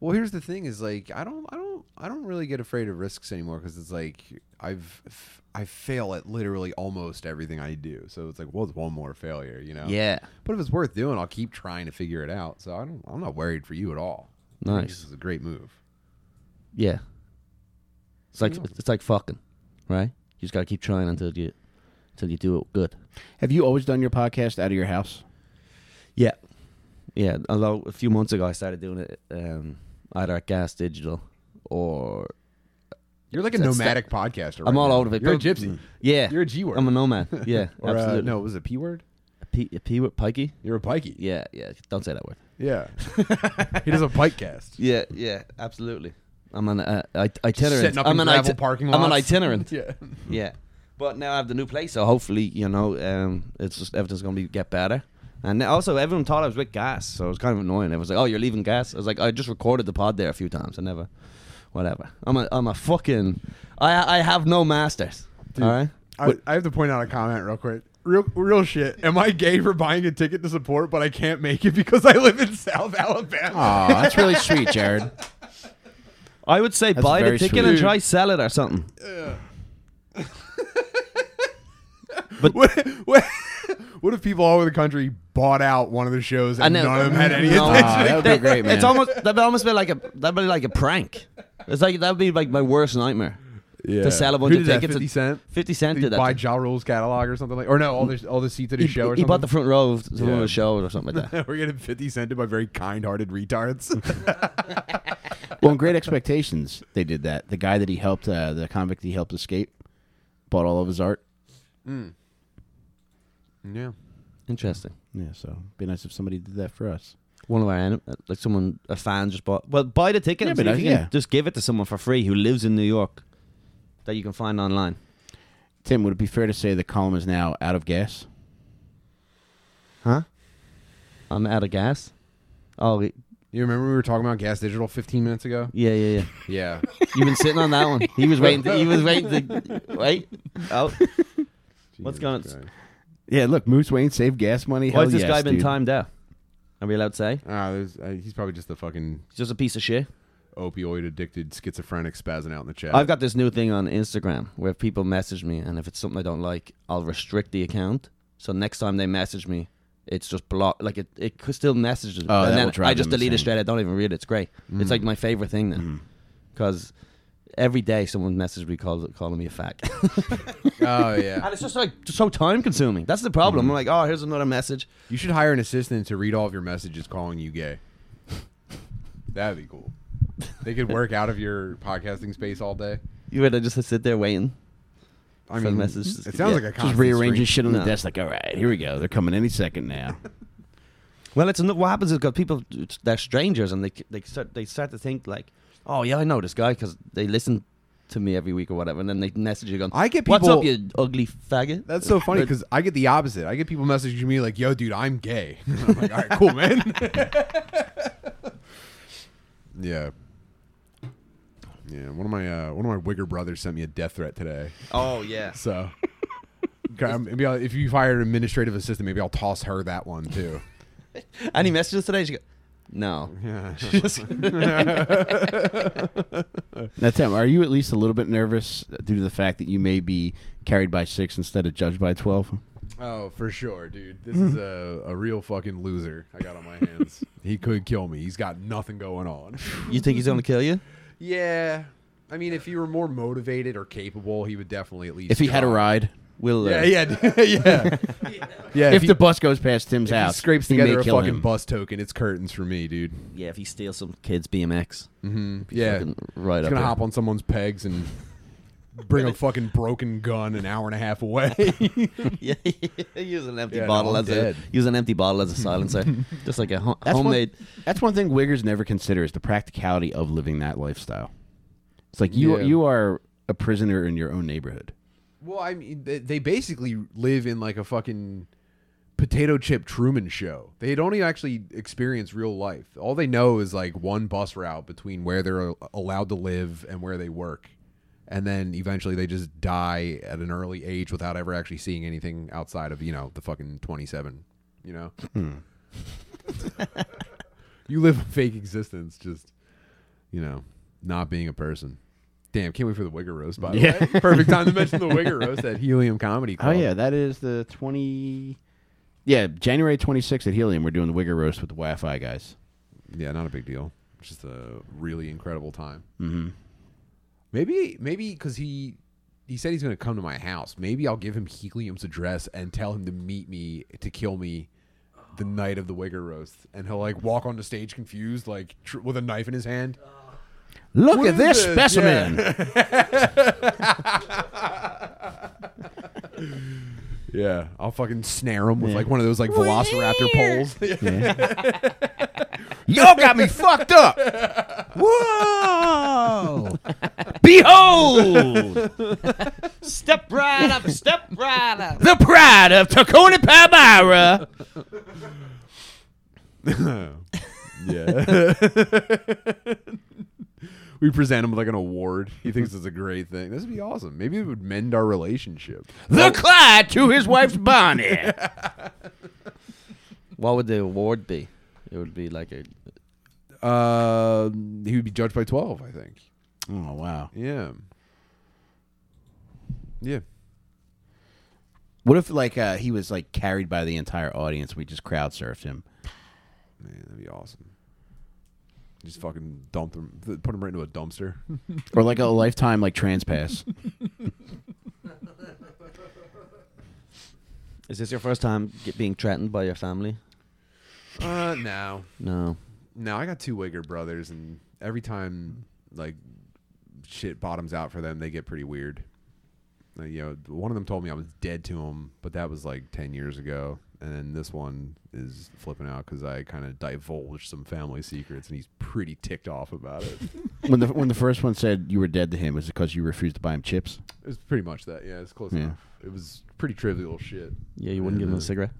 Speaker 1: Well, here's the thing: is like I don't, I don't, I don't really get afraid of risks anymore because it's like I've, f- I fail at literally almost everything I do. So it's like, well, it's one more failure, you know?
Speaker 3: Yeah,
Speaker 1: But if it's worth doing, I'll keep trying to figure it out. So I don't, I'm not worried for you at all. I think
Speaker 3: Nice.
Speaker 1: This is a great move.
Speaker 3: yeah. It's like
Speaker 1: Yeah.
Speaker 3: it's like fucking, right? You just gotta keep trying until you, until you do it good.
Speaker 2: Have you always done your podcast out of your house?
Speaker 3: Yeah, yeah. Although a few months ago I started doing it um, either at Gas Digital or
Speaker 1: You're like a
Speaker 3: That's-
Speaker 1: nomadic podcaster.
Speaker 3: I'm
Speaker 1: right
Speaker 3: all
Speaker 1: now.
Speaker 3: over the
Speaker 1: You're a
Speaker 3: place.
Speaker 1: gypsy.
Speaker 3: yeah,
Speaker 1: You're a G word.
Speaker 3: I'm a nomad. Yeah,
Speaker 1: Or, uh,
Speaker 3: absolutely.
Speaker 1: no, was it P word?
Speaker 3: P, P with pikey.
Speaker 1: You're a pikey.
Speaker 3: Yeah, yeah. Don't say that word.
Speaker 1: Yeah. he does a pike cast.
Speaker 3: Yeah, yeah. Absolutely. I'm an uh, it- itinerant.
Speaker 1: setting up
Speaker 3: I'm
Speaker 1: in
Speaker 3: an
Speaker 1: gravel
Speaker 3: iti-
Speaker 1: parking
Speaker 3: I'm an
Speaker 1: lots.
Speaker 3: itinerant.
Speaker 1: Yeah.
Speaker 3: yeah. But now I have the new place, so hopefully you know um, it's just, everything's gonna be get better. And also, everyone thought I was with gas, so it was kind of annoying. Everyone was like, "Oh, you're leaving gas." I was like, "I just recorded the pod there a few times. I never, whatever. I'm a, I'm a fucking, I, I have no masters. All right,
Speaker 1: I, I have to point out a comment real quick. Real, real shit. Am I gay for buying a ticket to support, but I can't make it because I live in South Alabama?
Speaker 2: Aw, that's really sweet, Jared.
Speaker 3: I would say buy the
Speaker 2: very
Speaker 3: ticket
Speaker 2: sweet. Uh,
Speaker 3: and try sell it or something.
Speaker 1: What, what, what if people all over the country bought out one of the shows and
Speaker 3: I know.
Speaker 1: none of them had any
Speaker 3: No.
Speaker 1: attention?
Speaker 2: Ah, that would be great, man.
Speaker 3: It's almost that would almost be like a that would be like a prank. It's like that would be like my worst nightmare.
Speaker 1: Yeah.
Speaker 3: To sell a bunch
Speaker 1: Who
Speaker 3: of
Speaker 1: did that,
Speaker 3: tickets
Speaker 1: 50
Speaker 3: and-
Speaker 1: Cent?
Speaker 3: 50 Cent
Speaker 1: He
Speaker 3: did that.
Speaker 1: buy
Speaker 3: to-
Speaker 1: Ja Rule's catalog or something like or no, all the all the seats at
Speaker 3: he,
Speaker 1: his show or
Speaker 3: he
Speaker 1: something.
Speaker 3: bought the front row of the
Speaker 1: Yeah.
Speaker 3: show or something like that.
Speaker 1: We're getting 50 cented by very kind hearted retards.
Speaker 2: Well, in Great Expectations, they did that. The guy that he helped, uh, the convict he helped escape, bought all of his art.
Speaker 1: yeah.
Speaker 3: Interesting.
Speaker 2: Yeah, so be nice if somebody did that for us.
Speaker 3: One of our anim- uh, like someone a fan just bought. Well, buy the ticket.
Speaker 2: Yeah,
Speaker 3: and
Speaker 2: but
Speaker 3: see if
Speaker 2: I-
Speaker 3: you can
Speaker 2: yeah.
Speaker 3: Just give it to someone for free who lives in New York that you can find online.
Speaker 2: Tim, would it be fair to say the column is now out of gas?
Speaker 3: Huh? I'm out of gas. Oh y-
Speaker 1: You remember we were talking about Gas Digital 15 minutes ago?
Speaker 3: yeah, yeah, yeah.
Speaker 1: Yeah.
Speaker 3: You've been sitting on that one. He was waiting. To, he was waiting to wait. Oh, What's going-
Speaker 2: Yeah, look, Moose Wayne saved gas money.
Speaker 3: why
Speaker 2: Hell
Speaker 3: has this
Speaker 2: yes,
Speaker 3: guy been
Speaker 2: dude.
Speaker 3: timed out? Are we allowed to say?
Speaker 1: Ah, there's, uh, he's probably just the fucking
Speaker 3: He's just a piece of shit.
Speaker 1: opioid addicted schizophrenic spazzing out in the chat.
Speaker 3: I've got this new thing on Instagram where if people message me and if it's something I don't like, I'll restrict the account. So next time they message me, it's just blocked. Like it, it could still messages.
Speaker 2: Oh, that
Speaker 3: and
Speaker 2: will
Speaker 3: then
Speaker 2: drive
Speaker 3: I just
Speaker 2: them
Speaker 3: delete it
Speaker 2: insane.
Speaker 3: straight. I don't even read it. It's great. It's like my favorite thing then, because every day someone messages me call, calling me a fag,
Speaker 1: oh yeah.
Speaker 3: and it's just like just so time consuming. That's the problem. I'm like, oh, here's another message.
Speaker 1: You should hire an assistant to read all of your messages calling you gay. That'd be cool. They could work out of your podcasting space all day.
Speaker 3: You would just sit there waiting.
Speaker 1: I
Speaker 3: For
Speaker 1: mean,
Speaker 3: messages.
Speaker 1: it sounds like a
Speaker 2: Just
Speaker 1: constant stream.
Speaker 2: rearranging shit on the
Speaker 3: No.
Speaker 2: desk. Like, all right, here we go. They're coming any second now.
Speaker 3: Well, it's what happens is because people they're strangers and they they start they start to think like, oh yeah, I know this guy because they listen to me every week or whatever, and then they message you going,
Speaker 1: I get
Speaker 3: what's
Speaker 1: people-
Speaker 3: up, you ugly faggot?
Speaker 1: That's so funny because I get the opposite. I get people messaging me like, "Yo, dude, I'm gay." I'm like, "All right, cool, man." yeah, yeah. One of my uh, one of my Wigger brothers sent me a death threat today.
Speaker 3: oh yeah,
Speaker 1: So Okay, I'm- maybe I'll, if you hire an administrative assistant, maybe I'll toss her that one too.
Speaker 3: and he messaged us today. She go, no,
Speaker 1: Yeah.
Speaker 2: now, Tim, are you at least a little bit nervous due to the fact that you may be carried by six instead of judged by twelve?
Speaker 1: Oh, for sure, dude. This is a, a real fucking loser I got on my hands. he could kill me. He's got nothing going on.
Speaker 3: you think he's gonna kill you?
Speaker 1: Yeah. I mean, if he were more motivated or capable, he would definitely at least.
Speaker 2: If he had a
Speaker 1: try.
Speaker 2: ride,
Speaker 3: Will uh,
Speaker 1: Yeah, yeah, dude. yeah. yeah.
Speaker 2: if,
Speaker 1: he,
Speaker 2: the bus goes past Tim's
Speaker 1: if he
Speaker 2: house,
Speaker 1: scrapes
Speaker 2: he may
Speaker 1: together a
Speaker 2: kill
Speaker 1: fucking
Speaker 2: him.
Speaker 1: bus token, it's curtains for me, dude.
Speaker 3: yeah, if he steals some kid's BMX,
Speaker 1: Mm-hmm. Yeah.
Speaker 3: fucking right
Speaker 1: He's
Speaker 3: up.
Speaker 1: gonna
Speaker 3: there.
Speaker 1: hop on someone's pegs and bring a fucking broken gun an hour and a half away.
Speaker 3: yeah, use an empty
Speaker 1: Yeah, no,
Speaker 3: bottle
Speaker 1: I'm
Speaker 3: as
Speaker 1: dead.
Speaker 3: a use an empty bottle as a silencer, just like a ho-
Speaker 2: That's
Speaker 3: homemade.
Speaker 2: One, that's one thing Wiggers never consider is the practicality of living that lifestyle. It's like you
Speaker 1: Yeah.
Speaker 2: you are a prisoner in your own neighborhood.
Speaker 1: well, I mean, they, they basically live in like a fucking potato chip Truman show. They don't even actually experience real life. All they know is like one bus route between where they're allowed to live and where they work. And then eventually they just die at an early age without ever actually seeing anything outside of, you know, the fucking 27, you know?
Speaker 2: Hmm.
Speaker 1: you live a fake existence just, you know, not being a person. Damn, can't wait for the Wigger Roast, by the
Speaker 2: Yeah.
Speaker 1: way. Perfect time to mention the Wigger Roast at Helium Comedy
Speaker 2: Oh
Speaker 1: Club.
Speaker 2: yeah, that is the twenty. Yeah, January twenty sixth at Helium, we're doing the Wigger roast with the Wi-Fi guys.
Speaker 1: Yeah, not a big deal. It's Just a really incredible time.
Speaker 2: Mm-hmm.
Speaker 1: Maybe, maybe because he he said he's going to come to my house. Maybe I'll give him Helium's address and tell him to meet me to kill me the night of the Wigger roast, and he'll like walk onto stage confused, like tr- with a knife in his hand.
Speaker 2: Look
Speaker 1: What
Speaker 2: at this
Speaker 1: is this?
Speaker 2: specimen.
Speaker 1: Yeah, I'll fucking snare him with like one of those like Velociraptor poles.
Speaker 2: Y'all got me fucked up.
Speaker 4: Whoa!
Speaker 2: Behold
Speaker 5: Step right up, step right up.
Speaker 2: the pride of Tacony Palmyra.
Speaker 1: yeah. we present him with like an award. He thinks it's a great thing. This would be awesome. Maybe it would mend our relationship.
Speaker 2: The Clyde to his wife's bonnet.
Speaker 3: What would the award be? It would be like a.
Speaker 1: Uh, he would be judged by twelve, I think.
Speaker 2: Oh wow.
Speaker 1: Yeah. Yeah.
Speaker 2: What if like uh, he was like carried by the entire audience? We just crowd surfed him.
Speaker 1: Man, that'd be awesome. Just fucking dump him, th- put him right into a dumpster.
Speaker 2: Or like a lifetime like trans pass.
Speaker 3: Is this your first time get, being threatened by your family?
Speaker 1: uh, no,
Speaker 3: No.
Speaker 1: no. I got two Wigger brothers, and every time like shit bottoms out for them, they get pretty weird. Uh, you know, one of them told me I was dead to him, but that was like ten years ago. And then this one is flipping out because I kind of divulged some family secrets, and he's pretty ticked off about it.
Speaker 2: when the when the first one said you were dead to him, was it because you refused to buy him chips?
Speaker 1: It's pretty much that. Yeah, it's close
Speaker 2: Yeah.
Speaker 1: enough. It was pretty trivial shit.
Speaker 3: Yeah, you wouldn't give them a cigarette.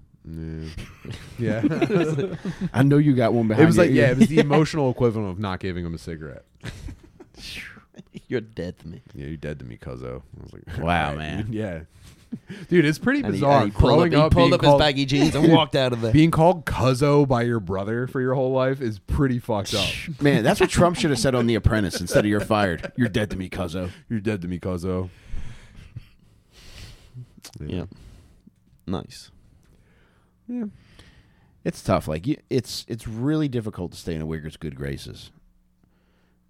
Speaker 1: Yeah.
Speaker 2: I know you got one behind.
Speaker 1: it was
Speaker 2: your
Speaker 1: like,
Speaker 2: ear.
Speaker 1: yeah, it was the emotional equivalent of not giving him a cigarette.
Speaker 3: You're dead to me.
Speaker 1: Yeah, you're dead to me, cuzzo. I was like,
Speaker 2: Wow,
Speaker 1: "Alright,
Speaker 2: man."
Speaker 1: dude." Yeah. Dude, it's pretty
Speaker 3: And he,
Speaker 1: bizarre.
Speaker 3: and he pulled up,
Speaker 1: Growing
Speaker 3: he pulled
Speaker 1: being
Speaker 3: up
Speaker 1: called-
Speaker 3: his baggy jeans and walked out of there.
Speaker 1: Being called cuzzo by your brother for your whole life is pretty fucked up.
Speaker 2: Man, that's what Trump should have said on The Apprentice instead of "You're fired." You're dead to me, cuzzo.
Speaker 1: you're dead to me, cuzzo.
Speaker 3: yeah. Nice.
Speaker 1: Yeah.
Speaker 2: It's tough. Like you, it's it's really difficult to stay in a Wigger's good graces.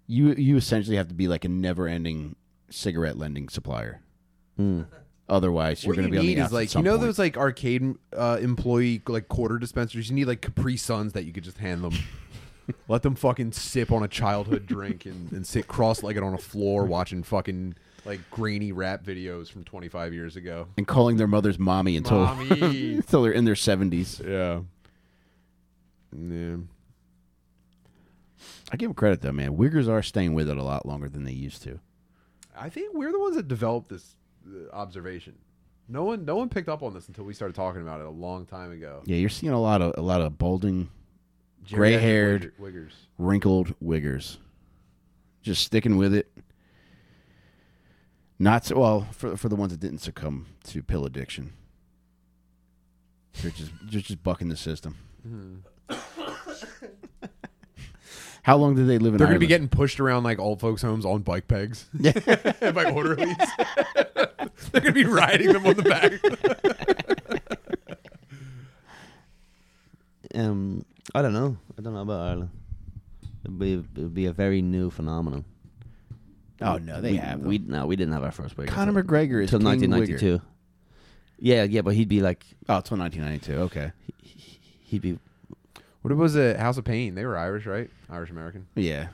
Speaker 2: You you essentially have to be like a never-ending cigarette lending supplier. Otherwise, you're
Speaker 1: What
Speaker 2: going to
Speaker 1: you
Speaker 2: be on the
Speaker 1: need is
Speaker 2: outs at
Speaker 1: like you
Speaker 2: some
Speaker 1: know
Speaker 2: point.
Speaker 1: those like arcade uh, employee like quarter dispensers. You need like Capri Suns that you could just hand them. Let them fucking sip on a childhood drink and, and sit cross-legged on a floor watching fucking like grainy rap videos from 25 years ago.
Speaker 2: and calling their mother's mommy until
Speaker 1: Mommy.
Speaker 2: until they're in their seventies.
Speaker 1: yeah. Yeah.
Speaker 2: I give them credit though, man. Wiggers are staying with it a lot longer than they used to.
Speaker 1: I think we're the ones that developed this uh, observation. No one no one picked up on this until we started talking about it a long time ago.
Speaker 2: Yeah, you're seeing a lot of a lot of balding, Gray-haired.
Speaker 1: Geriatric wigger- wiggers.
Speaker 2: wrinkled Wiggers, just sticking with it. Not so well for for the ones that didn't succumb to pill addiction. They're just they're just bucking the system. How long did they live in?
Speaker 1: They're going to
Speaker 2: Ireland?
Speaker 1: be getting pushed around like old folks' homes on bike pegs by orderlies. They're going to be riding them on the back.
Speaker 3: Um, I don't know. I don't know about Ireland. It'd be, it'd be a very new phenomenon.
Speaker 2: Oh no, they
Speaker 3: we,
Speaker 2: have.
Speaker 3: We
Speaker 2: We,
Speaker 3: no, we didn't have our first Wigger.
Speaker 2: Conor McGregor is
Speaker 3: until
Speaker 2: king Wigger.
Speaker 3: 1992. Yeah, yeah, but he'd be like,
Speaker 2: Oh, until 1992. Okay.
Speaker 3: he'd be.
Speaker 1: What was it? House of Pain. They were Irish, right? Irish American.
Speaker 2: Yeah.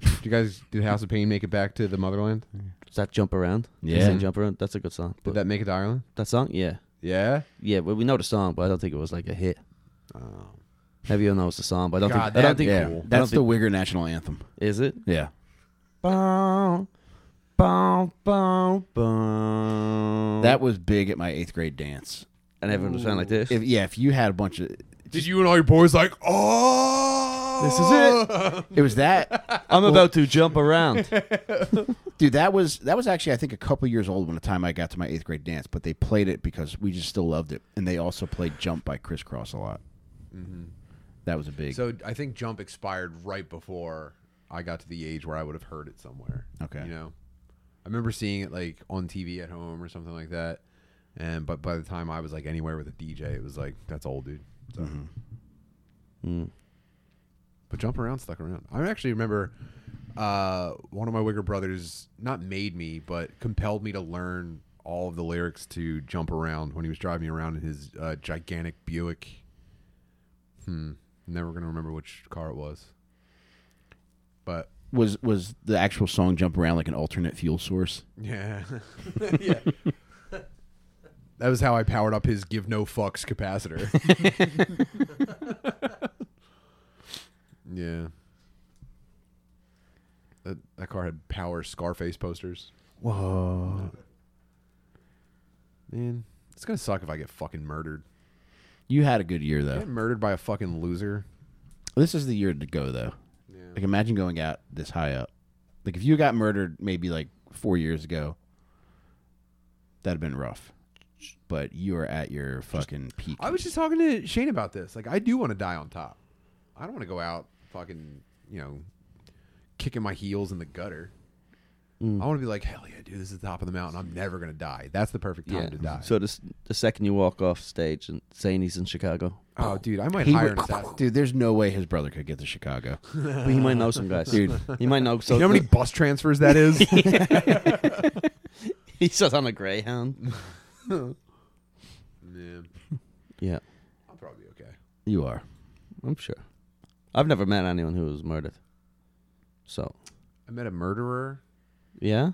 Speaker 1: Did you guys, did House of Pain make it back to the motherland?
Speaker 3: Does that jump around? They
Speaker 2: Yeah.
Speaker 3: sing jump around. That's a good song.
Speaker 1: Did
Speaker 3: But that,
Speaker 1: that make it to Ireland?
Speaker 3: song, yeah,
Speaker 1: Yeah.
Speaker 3: yeah. Well, we know the song, but I don't think it was like a hit.
Speaker 1: Oh.
Speaker 3: Everyone knows the song, but I don't
Speaker 1: God,
Speaker 3: think. I
Speaker 1: that-
Speaker 3: don't think.
Speaker 2: Yeah.
Speaker 1: Cool.
Speaker 2: That's the Wigger national anthem.
Speaker 3: Is it?
Speaker 2: Yeah.
Speaker 3: Bow, bow, bow, bow.
Speaker 2: That was big at my eighth grade dance.
Speaker 3: and everyone was sounding like this.
Speaker 2: If, yeah, if you had a bunch of,
Speaker 1: Did you and all your boys like, oh.
Speaker 2: This is it was that,
Speaker 3: I'm about to jump around.
Speaker 2: dude. That was that was actually I think a couple years old when the time I got to my eighth grade dance, but they played it because we just still loved it, and they also played Jump by Crisscross a lot. That was a big.
Speaker 1: So I think Jump expired right before I got to the age where I would have heard it somewhere.
Speaker 2: Okay.
Speaker 1: You know, I remember seeing it like on TV at home or something like that. And but by the time I was like anywhere with a DJ, it was like that's old, dude. So.
Speaker 2: Mm-hmm.
Speaker 3: Mm,
Speaker 1: But jump around, stuck around. I actually remember uh, one of my Wigger brothers not made me, but compelled me to learn all of the lyrics to "Jump Around" when he was driving around in his uh, gigantic Buick. Hmm, never gonna remember which car it was, but
Speaker 2: was was the actual song jump around like an alternate fuel source?
Speaker 1: Yeah. yeah. That was how I powered up his give no fucks capacitor. yeah. That, that car had power Scarface posters.
Speaker 2: Whoa!
Speaker 1: Man, it's going to suck if I get fucking murdered.
Speaker 2: You had a good year though.
Speaker 1: Get murdered by a fucking loser.
Speaker 2: This is the year to go though. Like imagine going out this high up. Like if you got murdered maybe like four years ago, that'd have been rough. But you are at your fucking peak.
Speaker 1: I was just talking to Shane about this. Like, I do want to die on top. I don't want to go out fucking, you know, kicking my heels in the gutter.
Speaker 3: Mm.
Speaker 1: I want to be like, hell yeah, dude, this is the top of the mountain. I'm never going to die. That's the perfect time
Speaker 3: yeah.
Speaker 1: to die.
Speaker 3: So the the second you walk off stage and saying he's in Chicago,
Speaker 1: oh, dude, I might
Speaker 2: He
Speaker 1: hire
Speaker 2: would-
Speaker 1: an assassin.
Speaker 2: dude, there's no way his brother could get to Chicago.
Speaker 3: but he might know some guys.
Speaker 2: Dude.
Speaker 3: he might know. So
Speaker 1: You know how many bus transfers that is?
Speaker 3: he's just on a Greyhound.
Speaker 1: Man,
Speaker 3: Yeah,
Speaker 1: I'll probably be okay.
Speaker 2: You are.
Speaker 3: I'm sure. I've never met anyone who was murdered. So
Speaker 1: I met a murderer.
Speaker 3: yeah,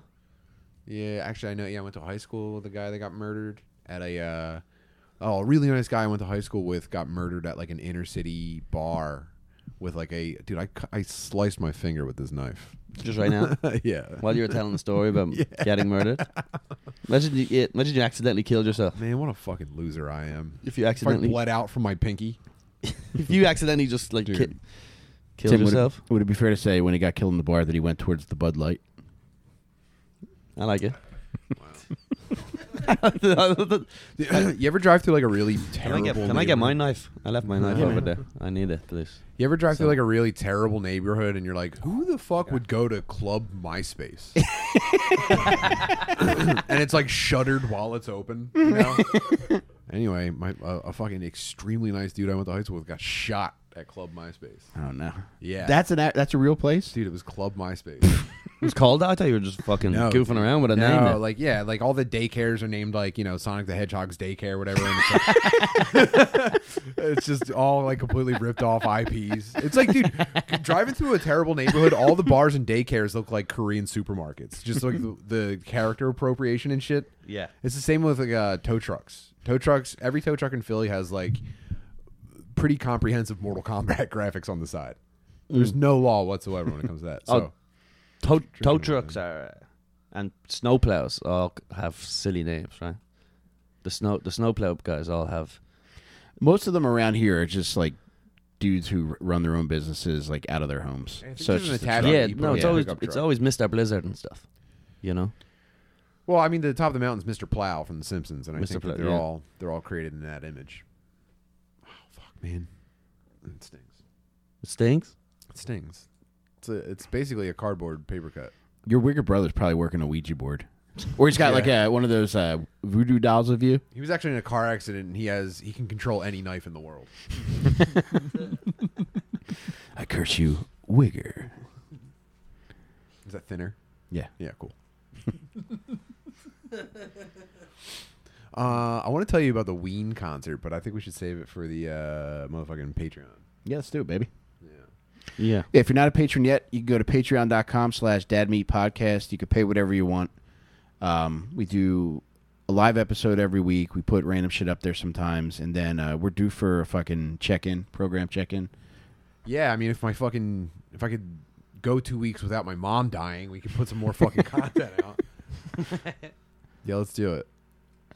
Speaker 1: Yeah, actually, I know. Yeah, I went to high school with a guy that got murdered at a. Uh, oh, a really nice guy I went to high school with got murdered at like an inner city bar with like a dude. I, cu- I sliced my finger with this knife.
Speaker 3: just right now.
Speaker 1: yeah.
Speaker 3: While you were telling the story about getting murdered, imagine you yeah, imagine you accidentally killed yourself.
Speaker 1: Man, what a fucking loser I am.
Speaker 3: If you
Speaker 1: If I
Speaker 3: accidentally,
Speaker 1: bled out from my pinky.
Speaker 3: if you accidentally just like ki-
Speaker 1: Dude.
Speaker 3: killed
Speaker 2: Tim, would it-
Speaker 3: yourself,
Speaker 2: Would it, be fair to say when he got killed in the bar that he went towards the Bud Light?
Speaker 3: I like it. Wow.
Speaker 1: you ever drive through like a really
Speaker 3: Can
Speaker 1: terrible?
Speaker 3: I get Can I get
Speaker 1: neighborhood?
Speaker 3: my knife? I left my knife over there. I need it, please.
Speaker 1: You ever drive through
Speaker 3: So-
Speaker 1: like a really terrible neighborhood and you're like, who the fuck would go to Club MySpace? and it's like shuttered while it's open. You know? anyway, my a a fucking extremely nice dude I went to high school with got shot at Club MySpace.
Speaker 2: I don't know.
Speaker 1: Yeah,
Speaker 2: That's an a- that's a real place.
Speaker 1: dude. It was Club MySpace.
Speaker 3: It was called that? I thought you were just fucking
Speaker 1: No,
Speaker 3: goofing
Speaker 1: dude.
Speaker 3: around with a name.
Speaker 1: no,
Speaker 3: there.
Speaker 1: like yeah, like all the daycares are named like you know Sonic the Hedgehog's daycare, whatever. And it's, like, it's just all like completely ripped off IPs. It's like, dude, driving through a terrible neighborhood, all the bars and daycares look like Korean supermarkets. Just like the, the character appropriation and shit.
Speaker 3: Yeah.
Speaker 1: it's the same with like uh, tow trucks. Tow trucks. Every tow truck in Philly has like pretty comprehensive Mortal Kombat graphics on the side. There's no law whatsoever when it comes to that. So.
Speaker 3: Oh, tow, tow trucks are, uh, and snowplows all c- have silly names, right? The snow the snowplow guys all have.
Speaker 2: Most of them around here are just like dudes who r- run their own businesses like out of their homes.
Speaker 1: I think
Speaker 2: So
Speaker 1: there's
Speaker 2: it's
Speaker 1: an
Speaker 2: just a
Speaker 1: attachment
Speaker 2: truck.
Speaker 1: Yeah,
Speaker 3: Yeah,
Speaker 1: you put
Speaker 3: no,
Speaker 1: on
Speaker 3: it's
Speaker 1: a
Speaker 3: always
Speaker 1: pickup
Speaker 3: it's
Speaker 1: truck.
Speaker 3: always Mister Blizzard and stuff. You know,
Speaker 1: Well, I mean, the top of the mountain's Mr. Plow from The Simpsons, and I
Speaker 3: Mr.
Speaker 1: think
Speaker 3: Plow,
Speaker 1: that they're
Speaker 3: yeah.
Speaker 1: all they're all created in that image. Oh fuck, man, it stings.
Speaker 3: it stinks.
Speaker 1: It stings. It's a, it's basically a cardboard paper cut.
Speaker 2: Your Wigger brother's probably working a Ouija board, or he's got like a one of those uh, voodoo dolls of you.
Speaker 1: He was actually in a car accident, and he has he can control any knife in the world.
Speaker 2: I curse you, Wigger.
Speaker 1: Is that thinner?
Speaker 2: Yeah.
Speaker 1: Yeah, cool. uh, I want to tell you about the Ween concert, but I think we should save it for the uh, motherfucking Patreon.
Speaker 2: Yeah, let's do it, baby.
Speaker 3: Yeah,
Speaker 2: Yeah, if you're not a patron yet, you can go to patreon.com slash dadmeatpodcast. You can pay whatever you want. Um, we do a live episode every week. We put random shit up there sometimes. And then uh, we're due for a fucking check-in, program check-in.
Speaker 1: Yeah, I mean, if my fucking if I could go two weeks without my mom dying, we could put some more fucking content out. yeah, let's do it.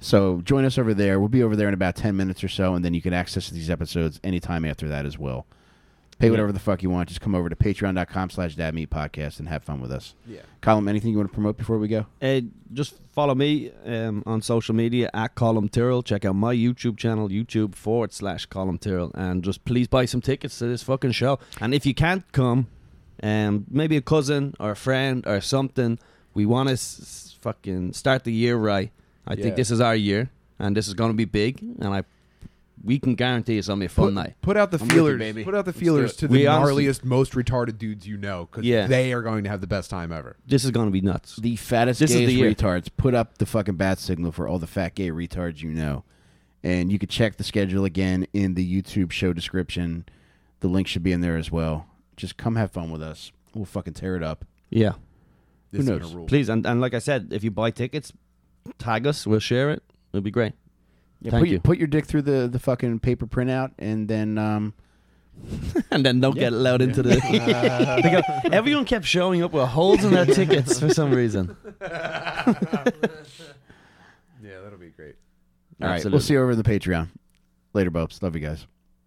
Speaker 2: So join us over there. We'll be over there in about 10 minutes or so. And then you can access these episodes anytime after that as well. Pay whatever the fuck you want. Just come over to patreon.com slash dadmeatpodcast and have fun with us.
Speaker 1: Yeah.
Speaker 2: Colin, anything you want to promote before we go?
Speaker 3: Uh, just follow me um, on social media at Column Tyrrell. Check out my YouTube channel, YouTube forward slash Column Tyrrell, and just please buy some tickets to this fucking show. And if you can't come, um, maybe a cousin or a friend or something. We want to s- s- fucking start the year right. I
Speaker 1: Yeah.
Speaker 3: think this is our year, and this is going to be big. And I, we can guarantee it's going to be a fun
Speaker 1: Put,
Speaker 3: night.
Speaker 1: put out the
Speaker 3: I'm with you,
Speaker 1: feelers.
Speaker 3: baby.
Speaker 1: Put out the
Speaker 3: Let's do
Speaker 1: feelers
Speaker 3: it.
Speaker 1: to the
Speaker 3: We honestly-
Speaker 1: gnarliest, most retarded dudes you know, because
Speaker 3: Yeah.
Speaker 1: they are going to have the best time ever.
Speaker 3: This is going to be nuts.
Speaker 2: the fattest
Speaker 3: This is
Speaker 2: gay
Speaker 3: the year.
Speaker 2: retards put up the fucking bat signal for all the fat gay retards you know. And you could check the schedule again in the YouTube show description. The link should be in there as well. Just come have fun with us. We'll fucking tear it up.
Speaker 3: Yeah.
Speaker 1: This is
Speaker 2: knows?
Speaker 1: gonna rule.
Speaker 3: Please, and, and like I said, if you buy tickets, tag us. We'll share it. It'll be great.
Speaker 2: Yeah,
Speaker 3: Thank
Speaker 2: put,
Speaker 3: you.
Speaker 2: put your dick through the, the fucking paper printout and then um,
Speaker 3: and then don't get allowed into the. Because everyone kept showing up with holes in their tickets for some reason.
Speaker 1: Yeah, that'll be great.
Speaker 2: all right,
Speaker 3: Absolutely.
Speaker 2: we'll see you over the Patreon. Later, Bobs. Love you guys.